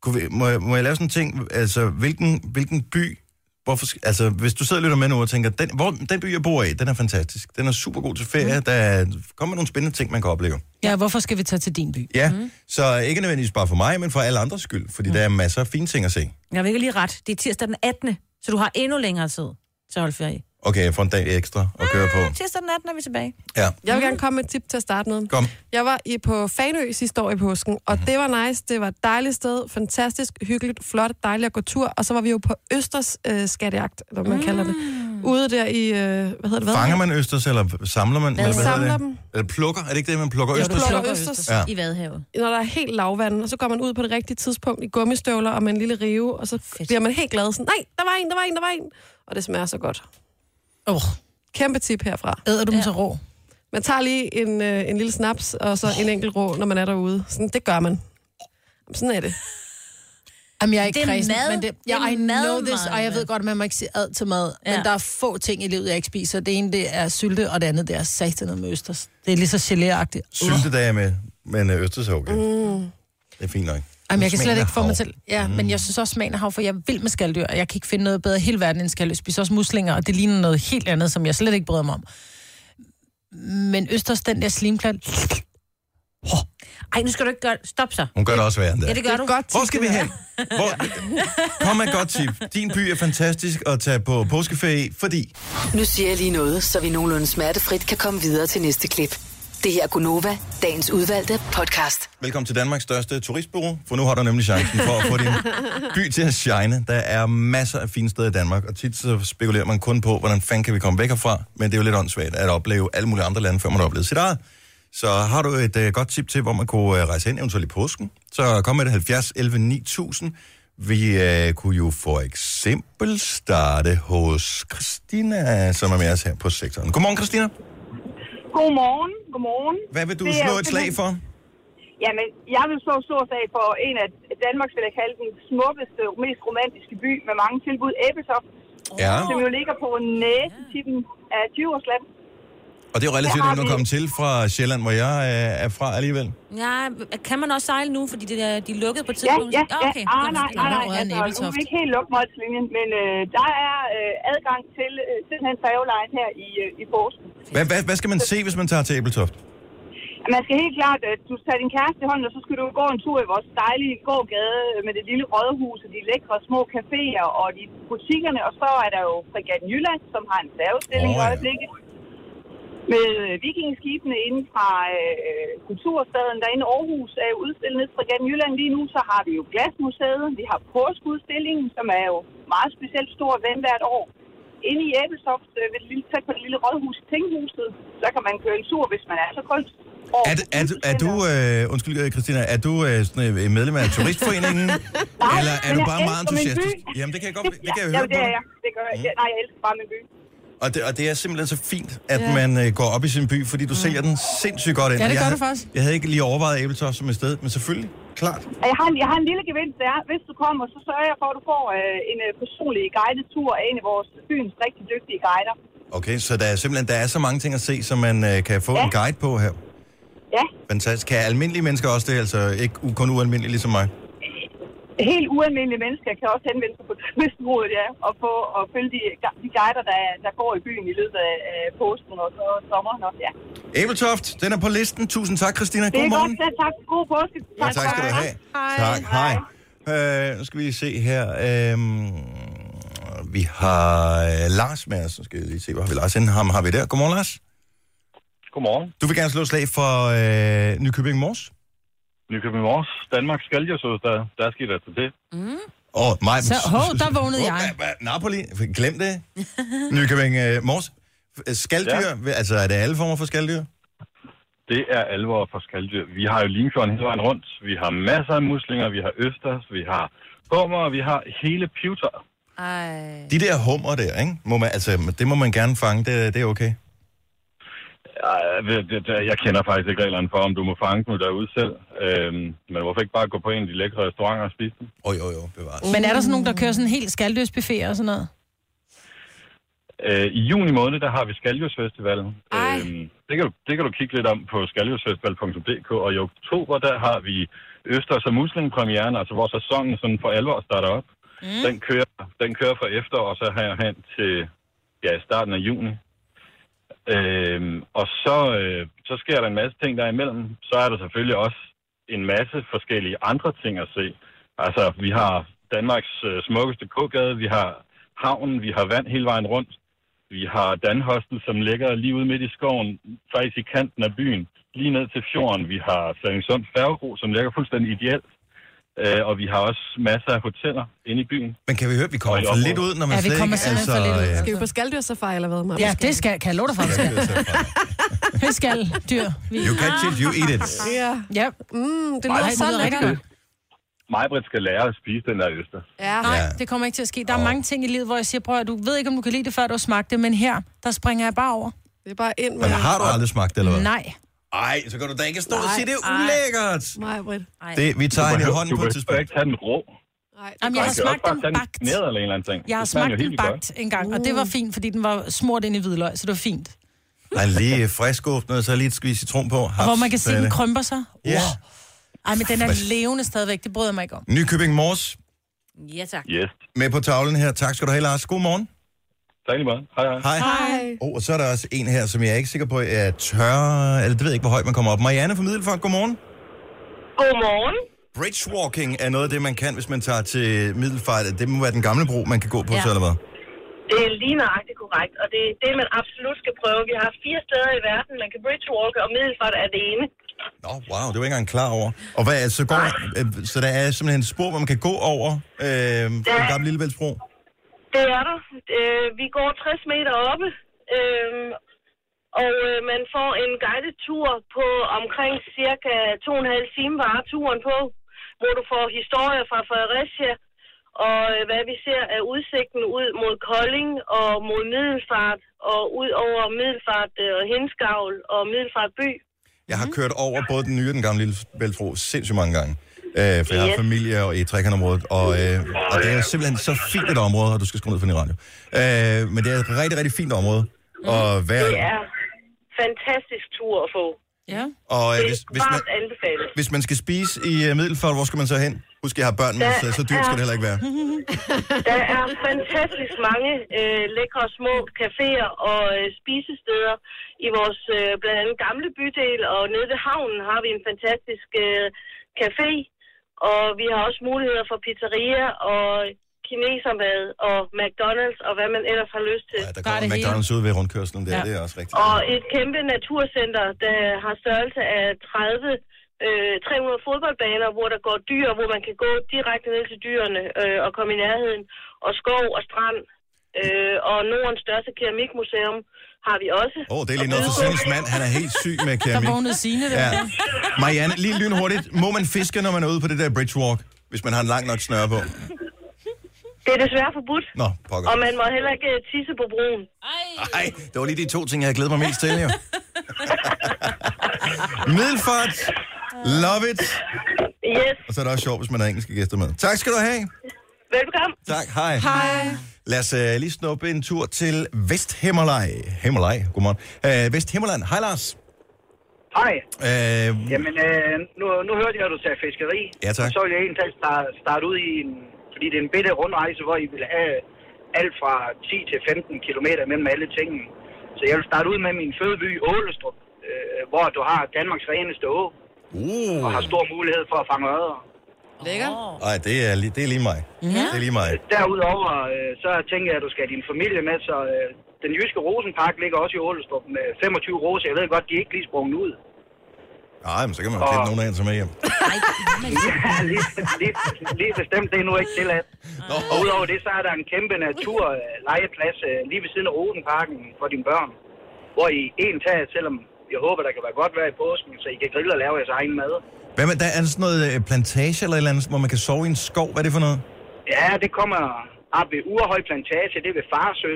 Speaker 1: kunne vi, må, jeg, må jeg lave sådan en ting? Altså, hvilken, hvilken by... Hvorfor, sk- altså, hvis du sidder og lytter med nu og tænker, den, hvor, den by, jeg bor i, den er fantastisk. Den er super god til ferie. Mm. Der kommer nogle spændende ting, man kan opleve.
Speaker 4: Ja, hvorfor skal vi tage til din by?
Speaker 1: Ja, mm. så ikke nødvendigvis bare for mig, men for alle andres skyld. Fordi mm. der er masser af fine ting at se.
Speaker 3: Jeg vil ikke lige ret. Det er tirsdag den 18. Så du har endnu længere tid til at holde ferie.
Speaker 1: Okay, jeg får en dag ekstra at køre på.
Speaker 3: Ja, tirsdag den 18 er vi tilbage. Mhm.
Speaker 1: Ja,
Speaker 5: Jeg vil gerne komme med et tip til at starte med.
Speaker 1: kom.
Speaker 5: Jeg var i, på Fanø sidste år i påsken, og
Speaker 1: Mhm.
Speaker 5: det var nice. Det var et dejligt sted, fantastisk, hyggeligt, flot, dejligt at gå tur. Og så var vi jo på Østers øh, skattejagt, eller hvad man kalder det.
Speaker 3: Mm.
Speaker 5: Ude der i, øh, hvad hedder det? Hvad?
Speaker 1: Fanger man østers, eller samler man? Eller, hedder
Speaker 5: Samler
Speaker 1: det?
Speaker 5: dem.
Speaker 1: Eller plukker? Er det ikke det, man plukker
Speaker 4: Jo,
Speaker 1: østers?
Speaker 4: du
Speaker 5: Plukker
Speaker 4: Plukker
Speaker 5: Østers.
Speaker 4: østers.
Speaker 1: Ja.
Speaker 3: I Vadehavet.
Speaker 5: når der er helt lavvand, og så går man ud på det rigtige tidspunkt i gummistøvler og med en lille rive, og så Fedt. bliver man helt glad. Sådan, nej, der var en, der var en, der var en. Og det smager så godt.
Speaker 4: Åh, oh,
Speaker 5: Kæmpe tip herfra.
Speaker 4: æder du dem så rå?
Speaker 5: Man tager lige en, øh, en lille snaps, og så en enkelt rå, når man er derude. Sådan, det gør man. Jamen, Sådan er det.
Speaker 4: Jamen, jeg er ikke
Speaker 3: Det er
Speaker 4: kredsen,
Speaker 3: mad.
Speaker 4: men det,
Speaker 3: Det
Speaker 4: jeg,
Speaker 3: er
Speaker 4: I
Speaker 3: mad,
Speaker 4: know this, og jeg
Speaker 3: Maja.
Speaker 4: ved godt, at man må ikke sige ad til mad, ja.
Speaker 3: Ja.
Speaker 4: men der er få ting i livet, jeg ikke spiser. Det ene, det er sylte, og det andet, det er satanet med østers. Det er lige så geléagtigt.
Speaker 1: Syltedage med, men øh, østers er okay. Mm. Det er fint nok.
Speaker 4: Jamen, jeg kan
Speaker 1: Smagen
Speaker 4: slet
Speaker 1: af
Speaker 4: ikke få
Speaker 1: hav.
Speaker 4: mig til. Ja, mm. men jeg synes også, smagen af hav, for jeg vil med skaldyr, og jeg kan ikke finde noget bedre i hele verden end skaldyr. Jeg spiser også muslinger, og det ligner noget helt andet, som jeg slet ikke bryder mig om. Men østers, den der slimklat,
Speaker 3: Ej, nu skal du ikke gøre... Stop så.
Speaker 1: Hun gør det også værre end det.
Speaker 3: Ja, det gør du. Godt.
Speaker 1: Hvor skal vi hen? Hvor... Kom med et godt tip. Din by er fantastisk at tage på påskeferie, fordi...
Speaker 6: Nu siger jeg lige noget, så vi nogenlunde smertefrit kan komme videre til næste klip. Det her er Gunova, dagens udvalgte podcast.
Speaker 1: Velkommen til Danmarks største turistbureau, for nu har du nemlig chancen for at få din by til at shine. Der er masser af fine steder i Danmark, og tit så spekulerer man kun på, hvordan fanden kan vi komme væk herfra, men det er jo lidt åndssvagt at opleve alle mulige andre lande, før man har oplevet sit eget. Så har du et øh, godt tip til, hvor man kunne øh, rejse hen, eventuelt i påsken, så kom med det 70 11 9000. Vi øh, kunne jo for eksempel starte hos Christina, som er med os her på sektoren. Godmorgen, Christina.
Speaker 11: Godmorgen, godmorgen.
Speaker 1: Hvad vil du
Speaker 11: Det er
Speaker 1: slå et slag
Speaker 11: simpelthen-
Speaker 1: for?
Speaker 11: Jamen, jeg vil slå stor sag for en af Danmarks, vil jeg kalde den smukkeste, mest romantiske by med mange tilbud, Ebbesoft,
Speaker 1: Ja.
Speaker 11: som jo ligger på næsetippen af Djursland.
Speaker 1: Og det er jo
Speaker 11: Det
Speaker 1: relativt
Speaker 11: har
Speaker 1: nemt at
Speaker 11: vi.
Speaker 1: komme til fra Sjælland, hvor jeg øh, er fra alligevel.
Speaker 3: Ja, kan man også sejle nu, fordi det er, de er lukket på et
Speaker 11: Ja,
Speaker 3: tidspunkt?
Speaker 11: ja,
Speaker 3: Ah,
Speaker 11: ja.
Speaker 3: okay.
Speaker 11: Ah, nej, nej, nej.
Speaker 4: Rødden
Speaker 11: Altså, nu er
Speaker 4: Ebeltoft.
Speaker 11: vi ikke helt lukke målslinjen, men øh, der er øh, adgang til øh, simpelthen færgelejen her i, øh, i påsken.
Speaker 1: Hvad, hvad, hvad skal man se, hvis man tager til Æbeltoft?
Speaker 11: Man skal helt klart, at du skal tage din kæreste i hånden, og så skal du gå en tur i vores dejlige gågade med det lille rådhus og de lækre små caféer og de butikkerne. Og så er der jo Fregatten Jylland, som har en færgestilling
Speaker 1: Åh,
Speaker 11: oh,
Speaker 1: ja.
Speaker 11: i øjeblikket. med øh, vikingeskibene inde fra øh, kulturstaden derinde i Aarhus er jo udstillet ned fra Gaden Jylland lige nu, så har vi jo Glasmuseet, vi har påskeudstillingen, som er jo meget specielt stor den hvert år. Inde i Æbelsoft, øh, ved det lille, tæt på det lille rådhus Tinghuset, så kan man køre en tur, hvis man er så kunst.
Speaker 1: Er, er, er, er du, øh, undskyld øh, Christina, er du øh, sådan, øh, medlem af turistforeningen?
Speaker 11: Nej,
Speaker 1: eller er
Speaker 11: men
Speaker 1: du
Speaker 11: jeg
Speaker 1: bare
Speaker 11: elsker
Speaker 1: meget
Speaker 11: min
Speaker 1: entusiastisk?
Speaker 11: by.
Speaker 1: Jamen, det kan jeg godt, det kan jeg
Speaker 11: ja,
Speaker 1: høre
Speaker 11: det
Speaker 1: på Mm.
Speaker 11: er
Speaker 1: dig.
Speaker 11: jeg. Det gør jeg. Nej, jeg elsker bare min by.
Speaker 1: Og det, og det er simpelthen så fint, at ja.
Speaker 11: Ja.
Speaker 1: man øh, går op i sin by, fordi du mm. sælger den sindssygt godt ind.
Speaker 11: Ja, det
Speaker 1: Jeg
Speaker 11: gør du
Speaker 1: havde-
Speaker 11: faktisk.
Speaker 1: Jeg havde ikke lige overvejet Æbeltoft som et sted, men selvfølgelig, klart.
Speaker 11: Og Jeg har, en, jeg har en lille gevinst, der er, hvis du kommer, så sørger jeg for, at du får øh, en øh, personlig guidetur af en af vores byens rigtig dygtige guider.
Speaker 1: Okay, så der er simpelthen der er så mange ting at se, som man øh, kan få ja. en guide på her.
Speaker 11: Ja,
Speaker 1: Fantastisk. Kan almindelige mennesker også det, altså ikke u- kun ualmindelige ligesom mig?
Speaker 11: helt ualmindelige mennesker kan også henvende sig på turistrådet, ja, og få og følge de, de guider, der, der går i byen i løbet af, af påsken og så sommeren også, ja.
Speaker 1: Æbeltoft, den er på listen. Tusind tak, Christina.
Speaker 11: Det
Speaker 1: God
Speaker 11: er
Speaker 1: morgen.
Speaker 11: godt, selv tak. God påske.
Speaker 1: Ja, tak skal du have.
Speaker 11: Hej.
Speaker 1: Tak, hej. Øh, nu skal vi se her. Øh, vi har øh, Lars med os. Nu skal jeg lige se, hvor har vi Lars inden ham har vi der. Godmorgen, Lars.
Speaker 13: Godmorgen.
Speaker 1: Du vil gerne slå et slag for øh, Nykøbing Mors.
Speaker 13: Nykøbing Mors, Danmark skal jo så, der, der skal der til det.
Speaker 1: Åh, oh, mig.
Speaker 13: Mm. Så- hov, der vågnede
Speaker 1: Åh,
Speaker 13: jeg.
Speaker 1: hva- hva- Napoli, glem det.
Speaker 4: Uh-huh.
Speaker 1: Nykøbing øh, Mors. F- Skaldyr, ja. altså er det alle former for skaldyr?
Speaker 13: Det er alvor for skalddyr. Vi har jo Limfjorden hele vejen rundt. Vi har masser af muslinger, vi har østers, vi har hummer, og vi har hele pivoter.
Speaker 4: Øh.
Speaker 1: De der hummer der, ikke? Må man, altså, det må man gerne fange, det, det er okay.
Speaker 13: Jeg, ved- det- det- jeg kender faktisk ikke reglerne for, om du må fange dem derude selv. Øhm, men hvorfor ikke bare gå på en af de lækre restauranter og spise dem?
Speaker 1: Jo, jo, jo, bevares.
Speaker 4: Men er der sådan nogen, der kører sådan helt skaldøsbuffet og sådan noget?
Speaker 13: Øh, I juni måned, der har vi Skaljusfestivalen. Øhm, det, kan du, det kan du kigge lidt om på skaljusfestival.dk, og i oktober, der har vi Østers og Muslingpremieren, altså hvor sæsonen sådan for alvor starter op. Mm. Den, kører, den kører fra efterår, og så herhen til ja, starten af juni. Øhm, og så, øh, så sker der en masse ting derimellem. Så er der selvfølgelig også en masse forskellige andre ting at se. Altså, vi har Danmarks øh, smukkeste kogade, vi har havnen, vi har vand hele vejen rundt. Vi har Danhostel, som ligger lige ude midt i skoven, faktisk i kanten af byen, lige ned til fjorden. Vi har Sallingsund Færgebro, som ligger fuldstændig ideelt. Øh, og vi har også masser af hoteller inde i byen.
Speaker 1: Men kan vi høre, at vi kommer for lidt ud, når man slet ikke... øh,
Speaker 5: Skal vi på skaldyrsafari eller hvad? Maja?
Speaker 4: Ja, det skal, kan jeg love dig for, at skal. skal, dyr.
Speaker 1: You catch it, you eat it.
Speaker 5: Ja.
Speaker 4: Ja.
Speaker 5: Mm, det
Speaker 4: Ej,
Speaker 5: lyder
Speaker 4: det
Speaker 5: så
Speaker 4: lyder rigtig
Speaker 5: lækkert.
Speaker 13: Majbrit skal lære at spise den der øster.
Speaker 5: Ja.
Speaker 4: Nej, det kommer ikke til at ske. Der er mange ting i livet, hvor jeg siger, prøv at du ved ikke, om du kan lide det, før du har smagt det, men her, der springer jeg bare over.
Speaker 5: Det er bare ind
Speaker 1: Men har du aldrig smagt, eller hvad?
Speaker 4: Nej.
Speaker 1: Ej, så kan du da ikke stå og
Speaker 5: Nej.
Speaker 1: sige, det er
Speaker 5: Ej.
Speaker 1: ulækkert.
Speaker 5: Nej, Britt.
Speaker 1: Det, vi tager
Speaker 13: Du
Speaker 1: hende i
Speaker 13: behøver-
Speaker 1: hånden
Speaker 13: du
Speaker 1: på et
Speaker 13: behøver
Speaker 1: tidspunkt.
Speaker 13: ikke tage den rå.
Speaker 4: Jamen, jeg har smagt
Speaker 13: den
Speaker 4: dem
Speaker 13: bagt. Ned eller en eller anden ting.
Speaker 4: Jeg har
Speaker 13: Det smager
Speaker 4: smagt
Speaker 13: jo helt
Speaker 4: den
Speaker 13: vildt
Speaker 4: bagt en gang, og det var
Speaker 1: Uh.
Speaker 4: fint, fordi den var smurt ind i hvidløg, så det var fint.
Speaker 1: Nej, lige frisk åbnet, så lige et skvis citron på.
Speaker 4: Og
Speaker 1: Haps,
Speaker 4: hvor man kan se,
Speaker 1: så er
Speaker 4: at den
Speaker 1: det.
Speaker 4: krymper sig.
Speaker 1: Ja.
Speaker 4: Ej, men den er
Speaker 1: Hvad-
Speaker 4: levende stadigvæk, det bryder jeg mig ikke om.
Speaker 1: Nykøbing Mors
Speaker 3: Ja, tak.
Speaker 13: Yes.
Speaker 1: med på tavlen her. Tak skal du have, Lars. God morgen.
Speaker 13: Tak lige meget. Hej,
Speaker 1: hej.
Speaker 5: Hej.
Speaker 1: Oh, og så er der også en her, som jeg er ikke sikker på er tørre, eller det ved jeg ikke, hvor højt man kommer op. Marianne fra Middelfart, godmorgen.
Speaker 14: Godmorgen.
Speaker 1: Bridgewalking er noget af det, man kan, hvis man tager til Middelfart. Det må være den gamle bro, man kan gå på, ja.
Speaker 14: Ja.
Speaker 1: så eller hvad?
Speaker 14: Det er lige nøjagtigt korrekt, og det er det, man absolut skal prøve. Vi har fire steder i verden, man kan bridgewalke, og Middelfart er det ene.
Speaker 1: Nå, wow, det var jeg ikke engang klar over. Og hvad, er- så, går, øh, så der er simpelthen et spor, hvor man kan gå over øh, den
Speaker 14: Ja.
Speaker 1: gamle Lillebæltsbro?
Speaker 14: Det er der. Øh, vi går 60 meter oppe, øh, og øh, man får en guided tur på omkring cirka 2,5 timer var turen på, hvor du får historier fra Fredericia, og øh, hvad vi ser af udsigten ud mod Kolding og mod Middelfart, og ud over Middelfart øh, og Henskavl og Middelfart by.
Speaker 1: Jeg
Speaker 14: Mhm.
Speaker 1: har kørt over både den nye og den gamle Lillebæltsbro sindssygt mange gange. Øh, for jeg har
Speaker 14: Yes.
Speaker 1: familie og i trekantområdet, og, øh, og det er jo simpelthen så fint et område, og du skal skrue ned for din radio. Øh, men det er et rigtig, rigtig fint område. Og, vær,
Speaker 14: Mhm. Det er fantastisk tur at få. Ja.
Speaker 1: og øh,
Speaker 14: det
Speaker 1: hvis,
Speaker 14: er
Speaker 1: hvis, man,
Speaker 14: varmt anbefalet.
Speaker 1: hvis man skal spise i øh, Middelfart, hvor skal man så hen? Husk, jeg har børn med, så, så dyrt skal det heller ikke være.
Speaker 14: Mhm. Der er fantastisk mange øh, lækre små caféer og øh, spisesteder i vores øh, blandt andet gamle bydel, og nede ved havnen har vi en fantastisk øh, café, og vi har også muligheder for pizzerier og kinesermad og McDonald's og hvad man ellers har lyst til. Ja,
Speaker 1: Der kommer McDonald's ud ved rundkørslen der,
Speaker 14: Ja.
Speaker 1: ja. det er også rigtigt.
Speaker 14: Og et kæmpe naturcenter, der har størrelse af 30, øh, 300 fodboldbaner, hvor der går dyr, hvor man kan gå direkte ned til dyrene øh, og komme i nærheden. Og skov og strand. Øh, og Nordens største keramikmuseum har vi også.
Speaker 1: Åh, oh, det er lige noget for Sines mand. Han er helt syg med keramik.
Speaker 4: vågnede Signe der.
Speaker 1: Ja. Marianne, lige lynhurtigt. Må man fiske, når man er ude på det der bridge walk, hvis man har en lang nok snøre på?
Speaker 14: Det er desværre forbudt.
Speaker 1: Nå, pokker.
Speaker 14: Og man må heller ikke øh, tisse på broen.
Speaker 1: Nej, det var lige de to ting, jeg havde glædet mig mest til, jo. Middelfart. Love it.
Speaker 14: Yes.
Speaker 1: Og så er det også sjovt, hvis man har engelske gæster med. Tak skal du have.
Speaker 14: Velbekomme.
Speaker 1: Tak, hej. Lad os uh, lige snuppe en tur til Vesthimmerlej. Himmerlej, godmorgen. Uh, Vesthimmerland. Hej, Lars.
Speaker 15: Hej.
Speaker 1: Uh,
Speaker 15: Jamen, øh, nu, nu hørte jeg, at du sagde fiskeri.
Speaker 1: Ja, tak.
Speaker 15: Og så vil jeg egentlig starte, starte ud i en... Fordi det er en bitte rundrejse, hvor I vil have alt fra 10 til 15 km mellem alle tingene. Så jeg vil starte ud med min fødeby Ålestrup, øh, hvor du har Danmarks reneste å.
Speaker 1: Uh.
Speaker 15: Og har stor mulighed for at fange ører.
Speaker 5: Lækker.
Speaker 1: Ej, det er, lige, det er lige mig. Ja. Det er lige mig.
Speaker 15: Derudover, øh, så tænker jeg, at du skal have din familie med, så øh, den jyske Rosenpark ligger også i Ålestrup med 25 roser. Jeg ved godt, de er ikke lige sprunget ud.
Speaker 1: Nej, men så kan man jo klippe nogen af en, som er hjem.
Speaker 15: Ja, lige, lige, lige bestemt, det er nu ikke tilladt.
Speaker 1: Nå.
Speaker 15: Og udover det, så er der en kæmpe naturlegeplads øh, lige ved siden af Odenparken for dine børn, hvor I en tag, selvom jeg håber, der kan være godt vejr i påsken, så I kan grille og lave jeres egen mad.
Speaker 1: Hvad med, der er sådan noget øh, plantage eller et eller andet, hvor man kan sove i en skov. Hvad er det for noget?
Speaker 15: Ja, det kommer op ved Urehøj Plantage, det er ved Farsø.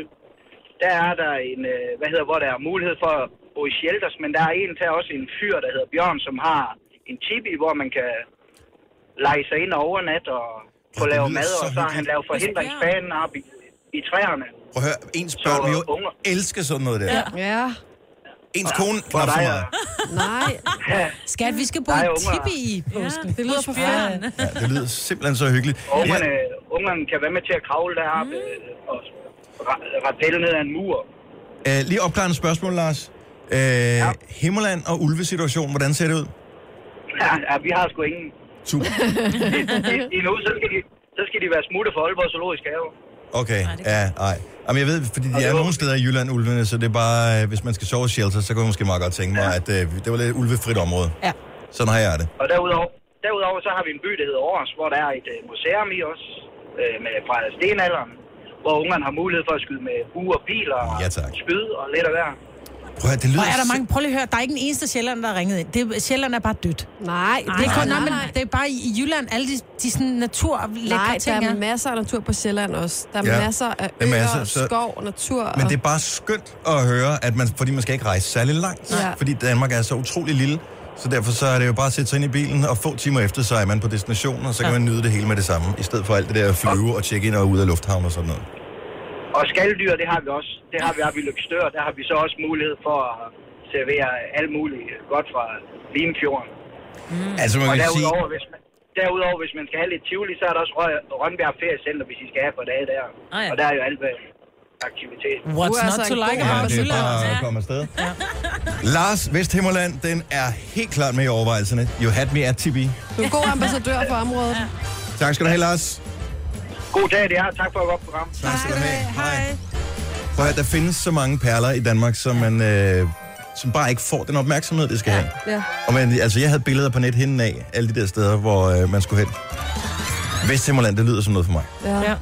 Speaker 15: Der er der en, øh, hvad hedder, hvor der er mulighed for at bo i shelters, men der er en til også en fyr, der hedder Bjørn, som har en tipi, hvor man kan lege sig ind og overnatte og få
Speaker 1: det
Speaker 15: lavet
Speaker 1: lyder
Speaker 15: mad,
Speaker 1: så
Speaker 15: og så har han
Speaker 1: hyggeligt.
Speaker 15: lavet forhindringsbanen op i, i træerne.
Speaker 1: Prøv at høre, ens børn vil jo elske sådan noget der. Ja.
Speaker 5: Ja.
Speaker 1: Ens kone,
Speaker 15: Hvor
Speaker 1: knap så
Speaker 15: der er-
Speaker 1: meget.
Speaker 5: Nej.
Speaker 4: Skat, vi skal bo
Speaker 15: Der
Speaker 4: i
Speaker 15: er unger.
Speaker 4: Tibi i påsken. Ja, det lyder
Speaker 5: forfærdeligt.
Speaker 1: Ja, det lyder simpelthen så hyggeligt.
Speaker 15: Og Ungerne, ungerne kan være med til at kravle deroppe
Speaker 4: Mm.
Speaker 15: øh, og ra- rappelle ned ad en mur.
Speaker 1: Ja, øh, lige opklarende spørgsmål, Lars. Øh, ja. Himmerland og ulvesituation, hvordan ser det ud?
Speaker 15: Ja, ja vi har sgu ingen.
Speaker 1: Super.
Speaker 15: Endnu, så skal, de, så skal de være smutte for Aalborg Zoologisk Have.
Speaker 1: Okay, ja, nej. Jamen, jeg ved, fordi de er nogle steder i Jylland, ulvene, så det er bare, øh, hvis man skal sove i shelter, så kunne jeg måske meget godt tænke mig, ja. at øh, det var lidt et ulvefrit område.
Speaker 4: Ja.
Speaker 1: Sådan har jeg det.
Speaker 15: Og derudover, derudover så har vi en by, der hedder Aarhus, hvor der er et øh, museum i os, øh, med, fra stenalderen, hvor ungerne har mulighed for at skyde med buer, piler, ja, spyd og lidt af hver.
Speaker 1: Prøv at, det lyder
Speaker 4: Hvor er der mange, prøv lige at høre, der er ikke en eneste sjælland, der har ringet ind. Det, er- Sjælland er bare dødt.
Speaker 5: Nej,
Speaker 4: det er
Speaker 5: nej,
Speaker 4: kun,
Speaker 5: nej,
Speaker 4: nej, men
Speaker 5: nej.
Speaker 4: det er bare i i Jylland, alle de, de sådan naturlækre
Speaker 5: Nej, der
Speaker 4: ting.
Speaker 5: er masser af natur på Sjælland også. Der er
Speaker 1: Ja.
Speaker 5: ja. masser af
Speaker 1: Der er
Speaker 5: øer,
Speaker 1: masser, så-
Speaker 5: skov, natur.
Speaker 1: Men det er bare skønt at høre, at man, fordi man skal ikke rejse særlig langt,
Speaker 5: Ja.
Speaker 1: fordi Danmark er så utrolig lille. Så derfor så er det jo bare at sætte sig ind i bilen, og få timer efter, så er man på destinationen, og så kan man nyde det hele med det samme, i stedet for alt det der at flyve og tjekke ind og ud af lufthavn og sådan noget.
Speaker 15: Og skalddyr, det har vi også. Det har vi oppe i Lykstør. Der har vi så også mulighed for at servere alt muligt godt fra Limfjorden.
Speaker 1: Mm. Altså, man
Speaker 15: og
Speaker 1: kan sige,
Speaker 15: derudover, hvis man, derudover, hvis man skal have lidt tivoli, så er der også Rø- Rønbjerg Feriecenter, hvis I skal have på dage der.
Speaker 1: Ah, ja.
Speaker 15: Og der er jo alt hvad aktivitet.
Speaker 1: What's Du er not altså to en like god about Ja, det er Jylland? bare at komme afsted.
Speaker 15: Ja.
Speaker 1: Lars Vesthimmerland, den er helt klart med i overvejelserne. You had me at Tibi.
Speaker 5: Du er en god ambassadør for området. Ja.
Speaker 1: Tak skal du have, Lars.
Speaker 15: God dag, det er. Tak for et godt program.
Speaker 1: Tak skal du have. Hej. Prøv at høre, der findes så mange perler i Danmark, som man øh, som bare ikke får den opmærksomhed, det skal have.
Speaker 5: Ja.
Speaker 1: Og man, altså, jeg havde billeder på nethinden af alle de der steder, hvor øh, man skulle hen. Vesthimmerland, det lyder som noget for mig.
Speaker 5: ja.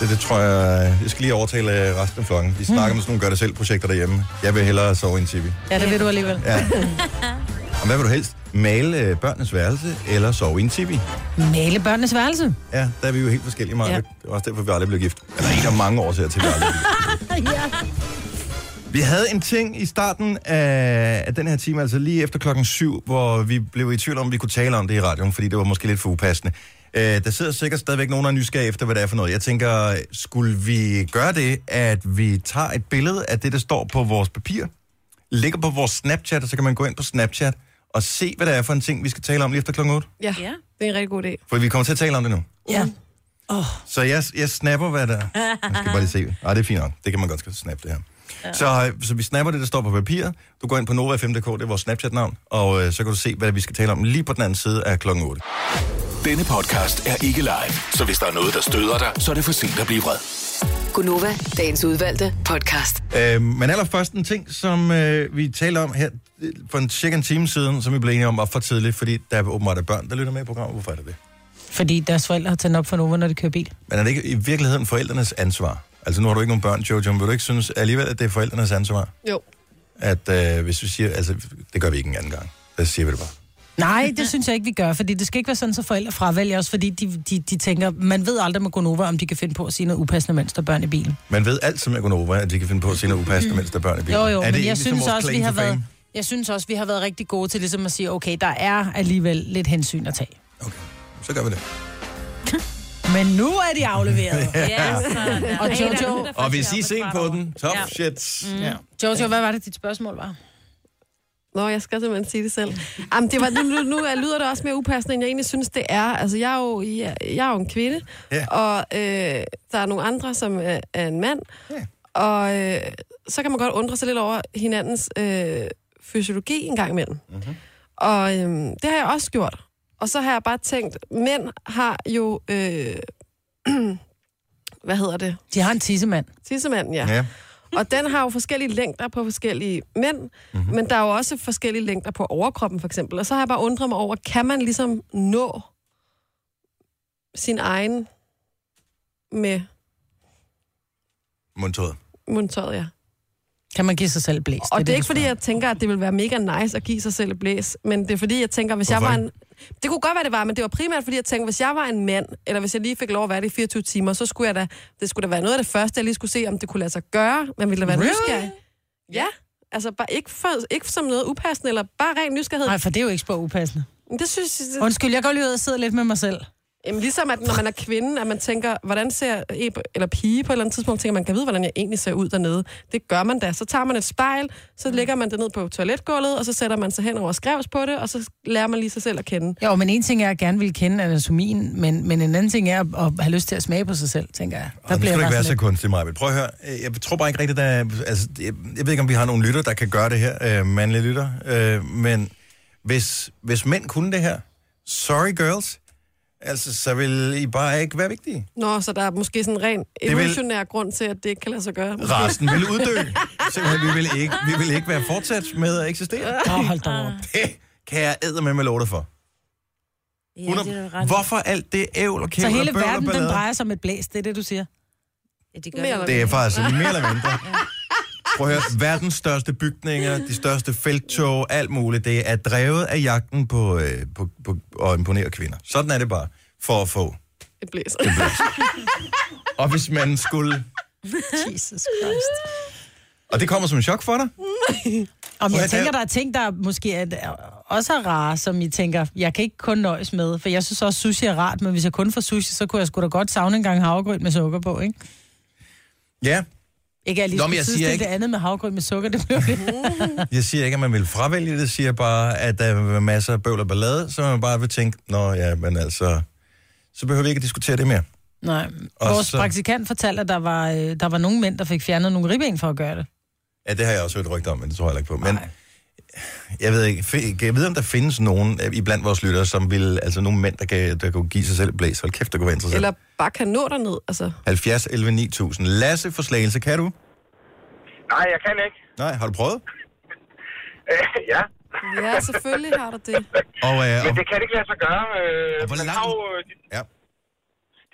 Speaker 1: Det, det tror jeg, øh, jeg skal lige overtale øh, resten af flokken. De snakker mm. om sådan nogle gør-det-selv-projekter derhjemme. Jeg vil hellere sove i en tibi.
Speaker 4: Ja, det ved du alligevel.
Speaker 1: Ja. Og hvad vil du helst? Male øh, børnenes værelse eller sove i en tibi?
Speaker 4: Male børnenes værelse.
Speaker 1: Ja, der er vi jo helt forskellige, Maja.
Speaker 4: Ja.
Speaker 1: Ja. Det er også derfor, vi aldrig blev gift. Eller en af mange årsager til, at vi aldrig blev gift.
Speaker 4: ja.
Speaker 1: Vi havde en ting i starten af, af den her time, altså lige efter klokken 7, hvor vi blev i tvivl om, vi kunne tale om det i radioen, fordi det var måske lidt for upassende. Øh, der sidder sikkert stadigvæk nogen, der er nysgerrige efter, hvad det er for noget. Jeg tænker, skulle vi gøre det, at vi tager et billede af det, der står på vores papir, ligger på vores Snapchat, og så kan man gå ind på Snapchat og se, hvad det er for en ting, vi skal tale om lige efter klokken 8?
Speaker 5: Ja. ja. Det er en rigtig god idé.
Speaker 1: For vi kommer til at tale om det nu.
Speaker 4: Ja.
Speaker 5: Oh.
Speaker 1: Så jeg, jeg snapper, hvad der er.
Speaker 5: Mm.
Speaker 1: Jeg skal bare lige se. Nej, det er fint nok. Det kan man godt skal snappe, det her. Ja. Så, øh, så vi snapper det, der står på papiret. Du går ind på nova5.dk, det er vores Snapchat-navn, og øh, så kan du se, hvad vi skal tale om lige på den anden side af klokken 8.
Speaker 7: Denne podcast er ikke live, så hvis der er noget, der støder dig, så er det for sent at blive vred.
Speaker 6: Gunova, dagens udvalgte podcast.
Speaker 1: Øh, men allerførst en ting, som øh, vi talte om her øh, for en cirka en time siden, som vi blev enige om var for tidligt, fordi der er åbenbart er børn, der lytter med i programmet. Hvorfor er det det?
Speaker 4: Fordi deres forældre har tændt op for Nova, når de kører bil.
Speaker 1: Men er det ikke i virkeligheden forældrenes ansvar? Altså nu har du ikke nogen børn, Jojo, men vil du ikke synes alligevel, at det er forældrenes ansvar?
Speaker 5: Jo.
Speaker 1: At øh, hvis vi siger, altså det gør vi ikke en anden gang, så siger vi det bare.
Speaker 4: Nej, det synes jeg ikke, vi gør, fordi det skal ikke være sådan, så forældre fravælger os, fordi de, de, de tænker, man ved aldrig med Gonova, om de kan finde på at sige noget upassende, mens der er børn i bilen.
Speaker 1: Man ved alt som Econova, at de kan finde på at sige noget upassende, mens der er børn i bilen.
Speaker 4: Jo, jo,
Speaker 1: er
Speaker 4: men
Speaker 1: det
Speaker 4: jeg
Speaker 1: egentlig som
Speaker 4: synes
Speaker 1: vores
Speaker 4: også, vi
Speaker 1: claim to
Speaker 4: har
Speaker 1: fame?
Speaker 4: været... Jeg synes også, vi har været rigtig gode til ligesom at sige, okay, der er alligevel lidt hensyn at tage.
Speaker 1: Så gør vi det.
Speaker 4: Men nu er de afleveret.
Speaker 1: Ja,
Speaker 4: sådan. Og Jojo,
Speaker 1: Og hvis I er sent på den, top shit.
Speaker 5: Mm.
Speaker 1: Ja.
Speaker 4: Jojo, hvad var det, dit spørgsmål var?
Speaker 5: Nå, jeg skal simpelthen sige det selv. Jamen, det var, nu, nu, nu er- lyder det også mere upassende, end jeg egentlig synes, det er. Altså, jeg er jo, jeg, jeg er jo en kvinde,
Speaker 1: Ja.
Speaker 5: og øh, der er nogle andre, som er, er en mand.
Speaker 1: Ja.
Speaker 5: Og øh, så kan man godt undre sig lidt over hinandens øh, fysiologi en gang imellem.
Speaker 1: Mm-hmm.
Speaker 5: Og øh, det har jeg også gjort. Og så har jeg bare tænkt, mænd har jo... Øh, hvad hedder det?
Speaker 4: De har en tissemand.
Speaker 5: Tissemanden, ja.
Speaker 1: Ja.
Speaker 5: Og den har jo forskellige længder på forskellige mænd, mm-hmm. men der er jo også forskellige længder på overkroppen, for eksempel. Og så har jeg bare undret mig over, kan man ligesom nå sin egen med
Speaker 1: Mundtøjet.
Speaker 5: mundtøjet, ja.
Speaker 4: Kan man give sig selv blæst?
Speaker 5: Og det er ikke, fordi jeg tænker, at det ville være mega nice at give sig selv et blæs, men det er, fordi jeg tænker, hvis
Speaker 1: Hvorfor
Speaker 5: jeg var en... Det kunne godt være, det var, men det var primært, fordi jeg tænkte, hvis jeg var en mand, eller hvis jeg lige fik lov at være det i 24 timer, så skulle jeg da... Det skulle da være noget af det første, jeg lige skulle se, om det kunne lade sig gøre. Man ville da være
Speaker 4: Really?
Speaker 5: nysgerrig. Ja, altså bare ikke, for, ikke som noget upassende, eller bare ren nysgerrighed.
Speaker 4: Nej, for det er jo ikke spor upassende.
Speaker 5: Men Det synes jeg... det-
Speaker 4: Undskyld, jeg går lige ud og sidder lidt med mig selv.
Speaker 5: Jamen, ligesom at når man er kvinde, at man tænker, hvordan ser e- eller pige på et eller andet tidspunkt, tænker man, kan vide, hvordan jeg egentlig ser ud dernede. Det gør man da. Så tager man et spejl, så
Speaker 4: Mm.
Speaker 5: lægger man det ned på toiletgulvet, og så sætter man sig hen over skrevs på det, og så lærer man lige sig selv at kende.
Speaker 4: Jo, men en ting er, at jeg gerne vil kende anatomien, men, men en anden ting er at, at have lyst til at smage på sig selv, tænker jeg.
Speaker 1: Der bliver skal du ikke være
Speaker 4: sådan
Speaker 1: så kunstig, Maja. Prøv at høre. Øh, Jeg tror bare ikke rigtigt, der er, altså, jeg, jeg ved ikke, om vi har nogle lytter, der kan gøre det her, øh, mandlige lytter. Øh, men hvis, hvis mænd kunne det her, sorry girls, altså, så vil I bare ikke være vigtige.
Speaker 5: Nå, så der er måske sådan en ren
Speaker 1: Det vil-
Speaker 5: evolutionær vil... grund til, at det ikke kan lade sig gøre. Måske.
Speaker 1: Resten vil uddø. Simpelthen, vi vil ikke, vi vil ikke være fortsat med at eksistere.
Speaker 4: Åh, oh, hold da op.
Speaker 1: Det kan jeg æde med med lov dig for.
Speaker 3: Ja,
Speaker 1: Under,
Speaker 3: det er da ret.
Speaker 1: hvorfor alt det ævl og
Speaker 4: Så
Speaker 1: kævl og
Speaker 4: hele
Speaker 1: bøvl og
Speaker 4: verden, den
Speaker 1: ballade?
Speaker 4: drejer sig om et blæs, det er det, du siger?
Speaker 3: Ja, det
Speaker 5: Mere eller
Speaker 1: Det er faktisk mere eller mindre. Prøv at høre, verdens største bygninger, de største felttog, alt muligt, det er drevet af jagten på, øh, på, på at imponere kvinder. Sådan er det bare, for at få.
Speaker 5: Et blæs.
Speaker 1: Og hvis man skulle...
Speaker 4: Jesus Christ.
Speaker 1: Og det kommer som en chok for dig.
Speaker 4: Om
Speaker 1: Prøv
Speaker 4: jeg
Speaker 1: at
Speaker 4: tænker,
Speaker 1: tage-
Speaker 4: der er ting, der måske er, er- også er rare, som I tænker, jeg kan ikke kun nøjes med, for jeg synes også, sushi er rart, men hvis jeg kun får sushi, så kunne jeg sgu da godt savne en gang havregryn med sukker på, ikke?
Speaker 1: Ja,
Speaker 4: Ikke at jeg lige
Speaker 1: Nå,
Speaker 4: Nå,
Speaker 1: men jeg
Speaker 4: jeg synes,
Speaker 1: siger
Speaker 4: det er
Speaker 1: ikke-
Speaker 4: det andet med havregryn med sukker, det blev det.
Speaker 1: jeg siger ikke, at man vil fravælge det, jeg siger bare, at der vil være masser af bøvl og ballade, så man bare vil tænke, nå ja, men altså, så behøver vi ikke at diskutere det mere.
Speaker 4: Nej,
Speaker 1: Og
Speaker 4: vores
Speaker 1: så-
Speaker 4: så... praktikant fortalte, at der var, øh, der var nogle mænd, der fik fjernet nogle ribben for at gøre det.
Speaker 1: Ja, det har jeg også hørt rygter om, men det tror jeg heller ikke på. Men jeg ved ikke, fi- kan jeg vide, om der findes nogen øh, iblandt vores lyttere, som vil, altså nogle mænd, der, kan, der kunne give sig selv et blæs. Hold kæft, det kunne være interessant. Eller...
Speaker 5: Eller bare kan nå derned, altså.
Speaker 1: 70, 11, 9000. Lasse for Slagelse, kan du?
Speaker 16: Nej, jeg kan ikke.
Speaker 1: Nej, har du prøvet?
Speaker 16: Øh, ja.
Speaker 5: Ja, selvfølgelig har du det.
Speaker 1: Og, øh, og
Speaker 16: Men det kan det ikke lade sig gøre. Øh,
Speaker 1: hvor
Speaker 16: man
Speaker 1: lang-
Speaker 16: har jo, øh, de,
Speaker 1: Ja.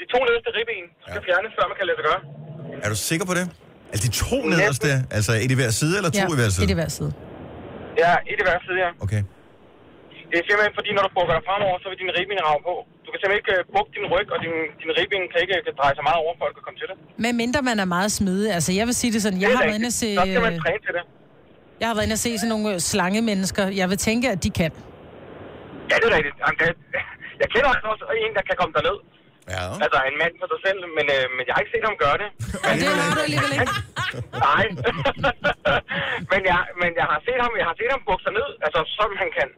Speaker 16: de to nederste ribben skal fjernes, før man kan lade sig gøre.
Speaker 1: er du sikker på det? Altså de to nederste, altså et i hver side, eller to i hver side?
Speaker 4: i hver side.
Speaker 16: Ja, et i hver side, ja.
Speaker 1: Okay.
Speaker 16: Det er simpelthen fordi, når du bukker dig fremover, så vil din ribben rave på. Du kan simpelthen ikke øh, bukke din ryg, og din, din ribben kan ikke øh, kan dreje sig meget over, for at du kan komme til det.
Speaker 4: Men mindre man er meget smidig. Altså, jeg vil sige det sådan, jeg
Speaker 16: Det er
Speaker 4: har været inde og
Speaker 16: rigtigt.
Speaker 4: se... øh,
Speaker 16: Så skal man træne til det.
Speaker 4: Jeg har været inde og se sådan nogle øh, slangemennesker. Jeg vil tænke, at de kan.
Speaker 16: Ja, det er rigtigt. Jamen, det, jeg kender altså også en, der kan komme derned.
Speaker 1: Ja.
Speaker 16: Altså en mand for sig selv, men, øh, men jeg har ikke set ham gøre det. Men, det har du alligevel ikke. Nej. men, jeg, men jeg har set ham, jeg har set ham bukke sig ned, altså som han kan.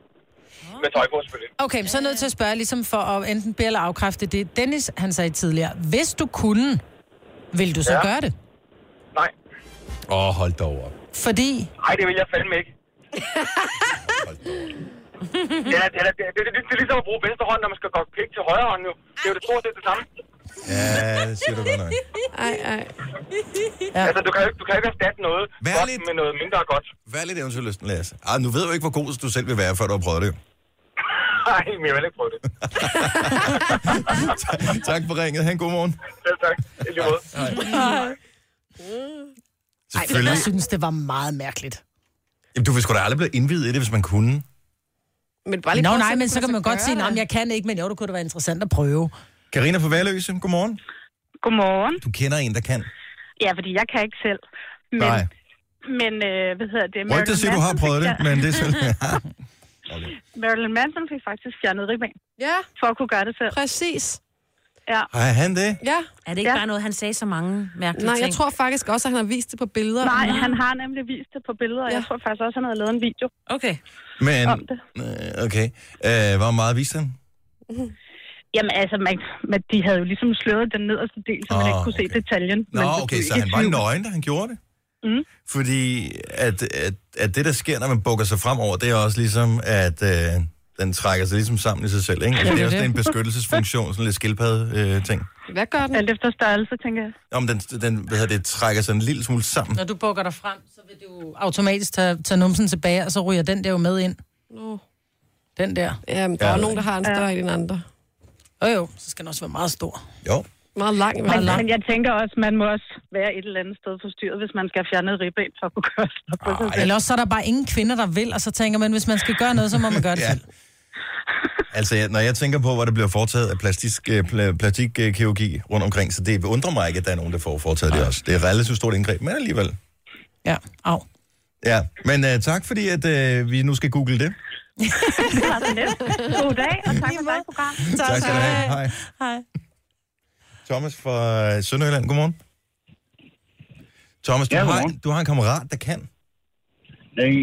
Speaker 16: Med tøj på, selvfølgelig.
Speaker 4: Okay, så er jeg nødt til at spørge, ligesom for at enten bede eller afkræfte det, Dennis, han sagde tidligere. Hvis du kunne, vil du så
Speaker 16: Ja.
Speaker 4: ja. gøre det?
Speaker 16: Nej.
Speaker 1: Åh, oh, hold dog op.
Speaker 4: Fordi...
Speaker 16: Nej, det vil jeg fandme ikke. Ja, det er, det, er, det, er, det er ligesom at bruge venstre hånd, når man skal gå pik til højre hånd jo. Det er jo det stort set det samme.
Speaker 1: Ja, det siger du godt nok.
Speaker 5: Ej, ej.
Speaker 16: Ja. Altså, du kan, jo ikke- du kan jo ikke erstatte noget godt med noget mindre godt.
Speaker 1: Vær lidt eventyrlysten, Lasse. Ej, nu ved du ikke, hvor god du selv vil være, før du har prøvet det.
Speaker 16: Nej, men jeg vil ikke prøve det.
Speaker 1: Tak- tak for ringet. Han god morgen.
Speaker 16: Selv tak. I lige måde.
Speaker 4: Ej, men jeg synes, det var meget mærkeligt.
Speaker 1: Jamen, du vil sgu da aldrig blive indvidet i det, hvis man kunne.
Speaker 5: Men
Speaker 4: bare
Speaker 5: lige
Speaker 4: Nå,
Speaker 5: prøv at
Speaker 4: nej,
Speaker 5: se,
Speaker 4: men
Speaker 5: om
Speaker 4: så
Speaker 5: det
Speaker 4: kan
Speaker 5: kan
Speaker 4: man godt
Speaker 5: gøre
Speaker 4: sige,
Speaker 5: det.
Speaker 4: nej, jeg kan ikke, men jo, det kunne da være interessant at prøve.
Speaker 1: Karina fra Værløse, godmorgen.
Speaker 17: Godmorgen.
Speaker 1: Du kender en, der kan.
Speaker 17: Ja, fordi jeg kan ikke selv. Men,
Speaker 1: Nej.
Speaker 17: men øh, hvad hedder det?
Speaker 1: Rygtet siger, du har prøvet det, men det er selv...
Speaker 17: Marilyn Manson fik faktisk fjernet ribben.
Speaker 5: Ja.
Speaker 17: For at kunne gøre det selv.
Speaker 5: Præcis.
Speaker 17: Ja.
Speaker 1: Har han det?
Speaker 5: Ja.
Speaker 3: Er det ikke
Speaker 17: Ja.
Speaker 3: bare noget, han sagde så mange mærkelige
Speaker 5: Nej,
Speaker 3: ting?
Speaker 5: jeg tror faktisk også, at han har vist det på billeder.
Speaker 17: Nej, han har nemlig vist det på billeder, og ja. jeg tror faktisk også, han havde lavet en video.
Speaker 3: Okay.
Speaker 1: Men,
Speaker 17: Om det.
Speaker 1: øh, okay. Øh, hvor meget viste han?
Speaker 17: Jamen altså, man, man, de havde jo ligesom sløret den nederste del, så man
Speaker 1: Åh,
Speaker 17: ikke kunne se detaljen.
Speaker 1: Nå,
Speaker 17: men
Speaker 1: okay,
Speaker 17: selvfølgelig
Speaker 1: så
Speaker 17: i
Speaker 1: han var
Speaker 17: tvivl.
Speaker 1: nøgen, da han gjorde det.
Speaker 17: Mm.
Speaker 1: Fordi at, at, at det, der sker, når man bukker sig fremover, det er også ligesom, at øh, den trækker sig ligesom sammen i sig selv, ikke? Altså,
Speaker 17: Ja,
Speaker 1: det
Speaker 17: det
Speaker 1: er
Speaker 17: er
Speaker 1: også
Speaker 17: det.
Speaker 1: en beskyttelsesfunktion, sådan lidt øh, skildpadde-ting.
Speaker 5: Hvad gør den?
Speaker 17: Alt efter størrelse, tænker jeg.
Speaker 1: Øh, Om den, den hvad hedder det, trækker sig en lille smule sammen.
Speaker 4: Når du bukker dig frem, så vil du Uh, automatisk tage, tage numsen tilbage, og så ryger den der jo med ind.
Speaker 5: Nå.
Speaker 4: Den der.
Speaker 5: Ja, men der
Speaker 4: Ja.
Speaker 5: er jo nogen, der har en
Speaker 4: Ja.
Speaker 5: større end andre.
Speaker 4: Jo jo, så skal den også være meget stor.
Speaker 1: Jo.
Speaker 5: Meget lang. i hvert
Speaker 17: Men,
Speaker 5: fald.
Speaker 17: men jeg tænker også, man må også være et eller andet sted forstyrret, hvis man skal fjerne et ribben for at kunne gøre sådan
Speaker 1: Ah,
Speaker 17: noget.
Speaker 4: Eller også så er der bare ingen kvinder, der vil, og så tænker man, hvis man skal gøre noget, så må man gøre det
Speaker 1: Ja.
Speaker 4: ja. selv.
Speaker 1: Altså, jeg- når jeg tænker på, hvad der bliver foretaget af plastisk, øh, pla- plastikkirurgi rundt omkring, så det undrer mig ikke, at der er nogen, der får foretaget det også. Det er relativt stort indgreb, men alligevel.
Speaker 4: Ja, af.
Speaker 1: Ja, men øh, tak fordi, at øh, vi nu skal google det.
Speaker 17: Det var så lidt. God dag, og tak for dig program.
Speaker 1: Tak skal du have. Hej.
Speaker 4: Hej.
Speaker 1: Thomas fra øh, Sønderjylland, godmorgen. Thomas, du,
Speaker 18: Ja,
Speaker 1: ja, har,
Speaker 18: godmorgen.
Speaker 1: du har en kammerat, der kan.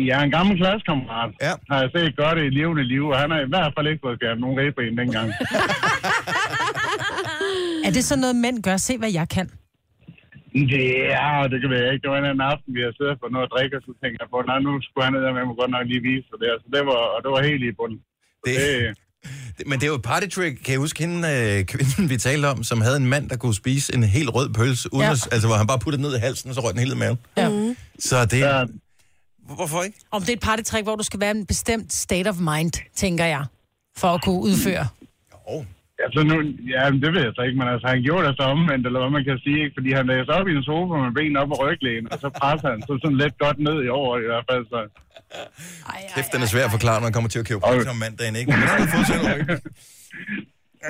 Speaker 18: Jeg er en gammel klassekammerat.
Speaker 1: Ja.
Speaker 18: Har jeg set gør det i levende liv, og han har i hvert fald ikke fået fjernet nogen ribben dengang.
Speaker 4: Er det sådan noget, mænd gør? Se, hvad jeg kan.
Speaker 18: ja, det kan jeg ikke. Det var en anden aften, vi har siddet for noget at drikke, og så tænkte jeg på, nej, nu skulle han ned, med må godt nok lige vise sig der. Så det var, og det var helt i bunden.
Speaker 1: Det, det, men det er jo et party trick. Kan jeg huske hende, øh, kvinden, vi talte om, som havde en mand, der kunne spise en helt rød pølse, uden ja.
Speaker 4: Ja.
Speaker 1: at, altså, hvor han bare puttede den ned i halsen, og så røg den hele i maven.
Speaker 4: Ja. Mm.
Speaker 1: Så det... Ja. Hvorfor ikke?
Speaker 4: Om det er et partytræk, hvor du skal være i en bestemt state of mind, tænker jeg, for at kunne udføre.
Speaker 18: Altså nu, ja, men det ved jeg så ikke, men altså han gjorde det så omvendt, eller hvad man kan sige, ikke? fordi han lagde sig op i en sofa med ben op og ryglæn, og så presser han så sådan lidt godt ned i over i hvert fald. Så.
Speaker 1: Kæft, den er svær at forklare, når man kommer til at købe pølser om mandagen, ikke? Men han har fået selv ryg.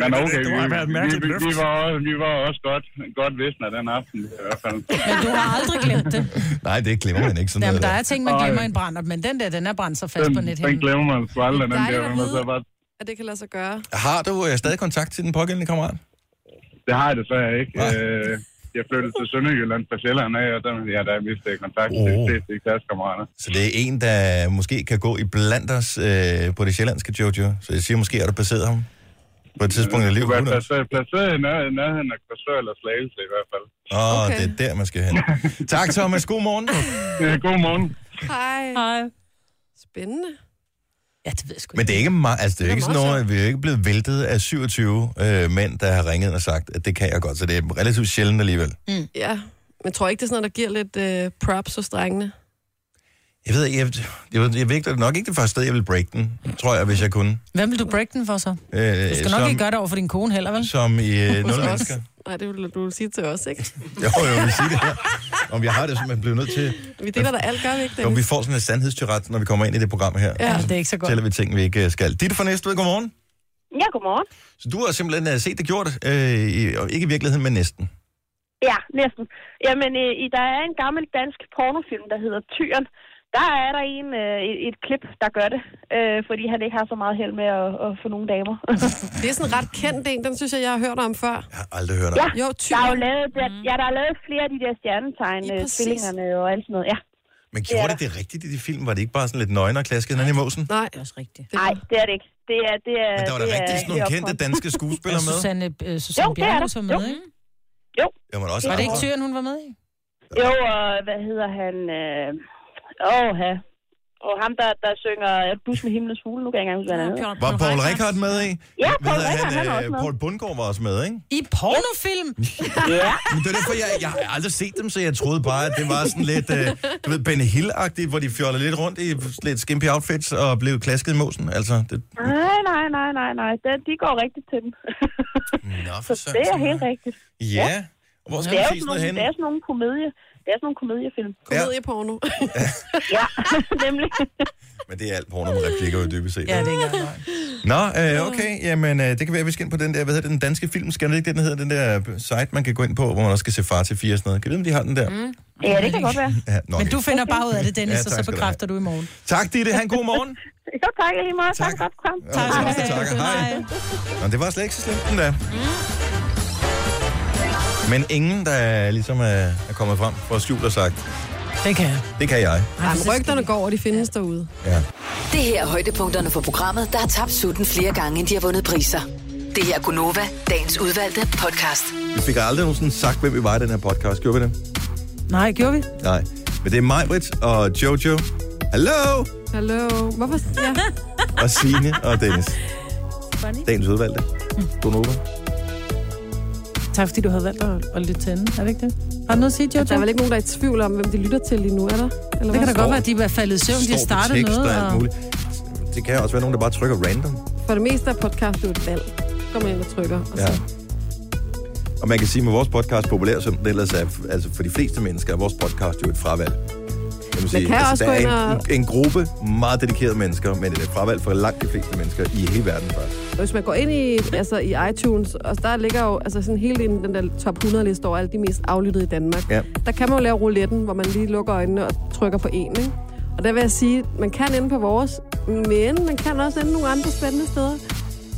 Speaker 18: Men okay,
Speaker 1: Det
Speaker 18: vi,
Speaker 1: må have været et
Speaker 18: vi,
Speaker 1: mærkeligt
Speaker 18: vi,
Speaker 1: løft.
Speaker 18: vi, var, også- vi var også godt, godt vidne af den aften i hvert fald.
Speaker 4: Men du har aldrig glemt det.
Speaker 1: Nej, det glemmer man ikke sådan
Speaker 4: Jamen,
Speaker 1: noget.
Speaker 4: der er ting, man
Speaker 18: Ej.
Speaker 4: glemmer i en brænder, men den der, den er brændt så fast
Speaker 18: Den,
Speaker 4: på net
Speaker 18: den glemmer man sgu aldrig, den
Speaker 5: Dejligt
Speaker 18: der,
Speaker 5: at
Speaker 18: men så
Speaker 5: vide.
Speaker 18: bare,
Speaker 5: At det kan lade sig gøre.
Speaker 1: Har du øh, stadig kontakt til den pågældende kammerat?
Speaker 18: det har jeg desværre ikke. Øh, jeg flyttede til Sønderjylland fra Sjælland af, og der, ja, der mistede jeg kontakt
Speaker 1: Oh.
Speaker 18: til de fleste klassekammerater.
Speaker 1: Så det er en, der måske kan gå i blandt os øh, på det sjællandske Jojo. Så jeg siger, måske har du passeret ham på et tidspunkt i
Speaker 18: Du
Speaker 1: livet.
Speaker 18: var
Speaker 1: Åh,
Speaker 18: placeret- placeret i nær- nærheden af Korsør eller Slagelse i hvert fald.
Speaker 1: okay. det er der, man skal hen. tak, Thomas. God morgen.
Speaker 18: God morgen.
Speaker 5: Hej.
Speaker 4: Hej.
Speaker 5: Spændende.
Speaker 4: Ja, det ved jeg sgu
Speaker 1: Men det er ikke, meget, altså, det er
Speaker 5: Det er
Speaker 1: ikke sådan
Speaker 5: meget
Speaker 1: noget, vi er jo ikke blevet væltet af 27 øh, mænd, der har ringet og sagt, at det kan jeg godt. Så det er relativt sjældent alligevel.
Speaker 5: Mm. Ja, men tror ikke, det er sådan noget, der giver lidt øh, props hos drengene?
Speaker 1: Jeg ved ikke, jeg, jeg, ved- jeg, ved ikke, det er nok ikke det første sted, jeg vil break den, tror jeg, hvis jeg kunne.
Speaker 4: Hvem vil du break den for så?
Speaker 1: Øh,
Speaker 4: Du skal nok
Speaker 1: som,
Speaker 4: ikke gøre det over for din kone heller, vel?
Speaker 1: Som i øh,
Speaker 5: Hos
Speaker 1: nul
Speaker 5: os?
Speaker 1: mennesker.
Speaker 5: Nej, det vil du vil sige til os, ikke?
Speaker 1: Jo, jo, jeg vil sige det her. Om jeg har det, så man bliver nødt til...
Speaker 5: Vi deler da alt, gør vi ikke,
Speaker 1: Jo, vi
Speaker 5: Dennis?
Speaker 1: får sådan en sandhedstyret, når vi kommer ind i det program her.
Speaker 5: Ja,
Speaker 4: det er ikke så godt.
Speaker 1: Tæller vi ting, vi ikke øh, skal. Ditte fra Næstved, godmorgen.
Speaker 10: Ja, godmorgen.
Speaker 1: Så du har simpelthen øh, set det gjort, øh, i- og ikke i virkeligheden, men næsten.
Speaker 10: Ja, næsten. Jamen, øh, i- der er en gammel dansk pornofilm, der hedder Tyren. Der er der en, øh, et, et klip, der gør det, øh, fordi han ikke har så meget held med at, at få nogle damer.
Speaker 5: Det er sådan en ret kendt en, den synes jeg, jeg har hørt om før.
Speaker 1: Jeg har aldrig hørt om
Speaker 10: ja,
Speaker 1: det.
Speaker 5: Jo,
Speaker 10: der er jo
Speaker 5: Tyren.
Speaker 10: lavet, der,
Speaker 4: Mm.
Speaker 10: ja, der er lavet flere af de der stjernetegn,
Speaker 5: Lige
Speaker 10: øh,
Speaker 5: præcis.
Speaker 10: tvillingerne og alt sådan noget. Ja.
Speaker 1: Men gjorde det det rigtigt i de film? Var det ikke bare sådan lidt nøgner og klasket hinanden i måsen?
Speaker 5: Nej,
Speaker 4: det er også rigtigt.
Speaker 10: Nej, det er det ikke. Det er, det er,
Speaker 1: Men der var da
Speaker 10: det er-
Speaker 1: rigtig sådan nogle
Speaker 10: det er
Speaker 1: kendte
Speaker 10: opfundet.
Speaker 1: danske skuespillere med.
Speaker 4: Susanne, øh, Susanne
Speaker 10: Jo,
Speaker 4: jo,
Speaker 10: det er
Speaker 4: Bjerghus
Speaker 10: der.
Speaker 4: var
Speaker 10: Jo.
Speaker 4: med, ikke?
Speaker 1: Jeg var da også
Speaker 4: Var det ikke
Speaker 1: andre.
Speaker 4: Tyren, hun var med i?
Speaker 10: Jo, og hvad hedder han? Øh, åh, ha. Og ham, der, der synger øh, Bus med himlens fugle, nu kan jeg ikke engang huske, hvad han hedder.
Speaker 1: Var Paul Rickard med i?
Speaker 10: Ja,
Speaker 1: Hvad
Speaker 10: Paul
Speaker 1: hedder
Speaker 10: Rickard, han er
Speaker 1: øh,
Speaker 10: også med.
Speaker 1: Paul Bundgaard var også med, ikke?
Speaker 4: I pornofilm?
Speaker 1: Ja. Men det er derfor, jeg, jeg har aldrig set dem, så jeg troede bare, at det var sådan lidt, øh, du ved, Ben Hill-agtigt, hvor de fjoller lidt rundt i lidt skimpy outfits og blev klasket i mosen. Altså, det,
Speaker 10: Nej, nej, nej, nej, nej. De, de går rigtigt til dem.
Speaker 1: Nå,
Speaker 10: så det er helt rigtigt.
Speaker 1: ja. Og hvor skal
Speaker 10: det, er
Speaker 1: man
Speaker 10: jo
Speaker 1: se sådan noget
Speaker 10: sådan nogle, det
Speaker 1: henne?
Speaker 10: er sådan nogle komedie. Det er sådan nogle komediefilm.
Speaker 5: Komedieporno.
Speaker 10: ja, nemlig.
Speaker 1: Men det er alt porno med replikker jo dybest set.
Speaker 4: Ja, det er ikke
Speaker 1: Nå, øh, okay, jamen øh, det kan være, at vi skal ind på den der, hvad hedder det, den danske film, skal det ikke det, den hedder, den der øh, site, man kan gå ind på, hvor man også kan se far til fire og sådan noget. Kan vi vide, om de har den der? Mm.
Speaker 10: Ja, det kan godt være.
Speaker 1: Ja, nok.
Speaker 4: Men du finder bare ud af det, Dennis,
Speaker 1: Ja,
Speaker 4: ja, og
Speaker 1: tak
Speaker 4: så
Speaker 1: skal du
Speaker 4: bekræfter du i morgen.
Speaker 1: Tak, Ditte. Ha' en god morgen.
Speaker 10: Så tak jeg lige meget. Tak, tak for at
Speaker 1: Tak. Tak, hej. Nå, det var slet ikke så slemt, den der. Men ingen, der ligesom er, er kommet frem for at skjule og sagt,
Speaker 4: Det kan jeg.
Speaker 1: det kan jeg.
Speaker 5: Jamen, rygterne går, og de findes derude.
Speaker 6: Det her er højdepunkterne for programmet, der har tabt sutten flere gange, end de har vundet priser. Det her er Gunova, dagens udvalgte podcast.
Speaker 1: Vi fik aldrig nogensinde sagt, hvem vi var i den her podcast. Gjorde vi det?
Speaker 4: Nej, gjorde vi?
Speaker 1: Nej. Men det er Majbrit og Jojo. Hallo!
Speaker 5: Hallo. Hvorfor? Ja.
Speaker 1: Og Signe og Dennis.
Speaker 2: Funny.
Speaker 1: Dagens udvalgte.
Speaker 4: Mm.
Speaker 1: Gunova.
Speaker 4: Tak fordi du havde valgt at, at lytte til enden, er det ikke det? Har du noget at sige, Jojo?
Speaker 5: Der er vel ikke nogen, der er i tvivl om, hvem de lytter til lige nu, er der? Eller
Speaker 4: Det kan
Speaker 5: hvad?
Speaker 4: da godt være, at de er faldet i søvn, de
Speaker 1: Står på
Speaker 4: startede
Speaker 1: tekst
Speaker 4: noget.
Speaker 1: Og alt muligt. Det kan også være nogen, der bare trykker random.
Speaker 5: For det meste er podcast jo et valg. Så går man ind og trykker. Og
Speaker 1: Ja. Og man kan sige, at med vores podcast populær, som den ellers er, altså for de fleste mennesker, er vores podcast jo et fravalg. Jeg vil
Speaker 5: kan også
Speaker 1: altså, der
Speaker 5: gå ind
Speaker 1: er en,
Speaker 5: og-
Speaker 1: en gruppe meget dedikerede mennesker, men det er et fravalg for langt de fleste mennesker i hele verden faktisk.
Speaker 5: Og Hvis man går ind i, altså, i iTunes, og der ligger jo altså, sådan helt ind i den der top 100-liste over alle de mest aflyttede i Danmark.
Speaker 1: Ja.
Speaker 5: Der kan man jo lave rouletten, hvor man lige lukker øjnene og trykker på en, ikke? Og der vil jeg sige, man kan ende på vores, men man kan også ende nogle andre spændende steder.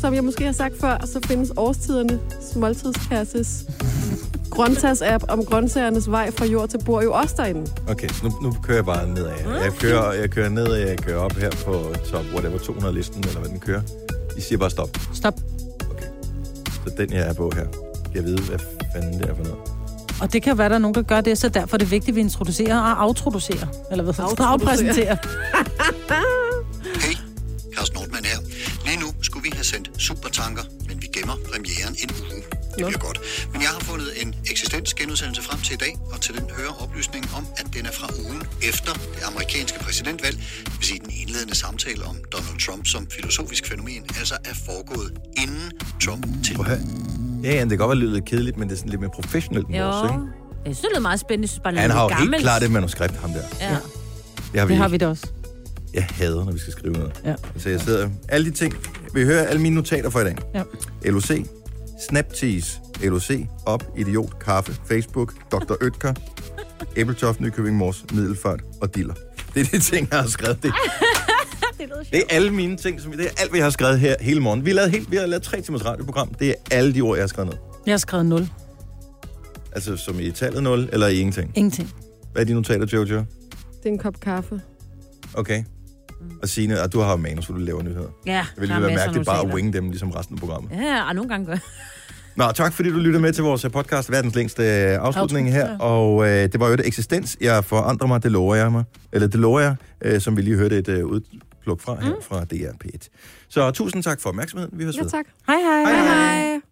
Speaker 5: Som jeg måske har sagt før, så findes årstiderne, måltidskasses, grøntsags-app om grøntsagernes vej fra jord til bord jo også derinde.
Speaker 1: Okay, så nu, nu kører jeg bare nedad.
Speaker 5: Mm.
Speaker 1: Jeg kører, jeg kører ned, jeg kører op her på top, hvor det var 200-listen, eller hvad den kører. I siger bare stop.
Speaker 4: Stop.
Speaker 1: Så den, jeg er på her, skal jeg vide, hvad fanden det er for noget.
Speaker 4: Og det kan være, der er nogen, der gør det, så derfor er det vigtigt, at vi introducerer og aftroducerer. Eller hvad for
Speaker 19: Aftroducerer.
Speaker 4: afpræsenterer.
Speaker 19: Carsten Nordmann her. Lige nu skulle vi have sendt Supertanker, men vi gemmer premieren en uge. Det bliver godt. Men jeg har fundet en eksistensgenudsendelse frem til i dag, og til den hører oplysningen om, at den er fra ugen efter det amerikanske præsidentvalg. Det vil sige, den indledende samtale om Donald Trump som filosofisk fænomen, altså er foregået inden Trump til.
Speaker 1: Ja, ja, det kan godt være det lyder lidt kedeligt, men det er sådan lidt mere professionelt end
Speaker 3: Jo.
Speaker 1: vores, ikke?
Speaker 3: Jeg synes, det lyder meget spændende. Jeg synes bare, det
Speaker 1: Han
Speaker 3: lyder
Speaker 1: har jo
Speaker 3: lidt
Speaker 1: helt
Speaker 3: gammelt.
Speaker 1: klart et manuskript, ham der.
Speaker 3: Mm. Ja.
Speaker 1: Det har vi,
Speaker 4: Det har
Speaker 1: ikke.
Speaker 4: vi da også.
Speaker 1: Jeg hader, når vi skal skrive noget.
Speaker 4: Ja.
Speaker 1: Så jeg sidder... Alle de ting... Vi hører alle mine notater for i dag.
Speaker 4: Ja.
Speaker 1: LOC, Snaptease, LOC, Op, Idiot, Kaffe, Facebook, Dr. Øtker, Æbletoft, Nykøbing Mors, Middelfart og Diller. Det er de ting, jeg har skrevet. Det, det er alle mine ting, som, det er alt, vi har skrevet her hele morgen. Vi har lavet, helt, vi har lavet tre timers radioprogram. Det er alle de ord, jeg har skrevet ned.
Speaker 4: Jeg har skrevet 0.
Speaker 1: Altså som i tallet 0 eller i ingenting.
Speaker 4: Ingenting.
Speaker 1: Hvad er dine notater, Jojo?
Speaker 5: Det er en kop kaffe.
Speaker 1: Okay. Og Signe, og du har jo manus, hvor du laver nyheder.
Speaker 3: Ja,
Speaker 1: Det ville
Speaker 3: der er
Speaker 1: lige være
Speaker 3: masser af
Speaker 1: mærkeligt bare at
Speaker 3: notater.
Speaker 1: winge dem, ligesom resten af programmet.
Speaker 3: Ja, og nogle gange gør
Speaker 1: Nå, tak fordi du lyttede med til vores podcast, verdens længste øh, afslutning her.
Speaker 3: Afslutning,
Speaker 1: Og øh, det var jo et eksistens. Jeg forandrer mig, det lover jeg mig. Eller det lover jeg, øh, som vi lige hørte et øh,
Speaker 3: Mm.
Speaker 1: udpluk fra her fra DR P1. Så tusind tak for opmærksomheden. Vi høres
Speaker 5: Ja,
Speaker 1: ved.
Speaker 5: tak.
Speaker 4: Hej hej.
Speaker 5: Hej hej.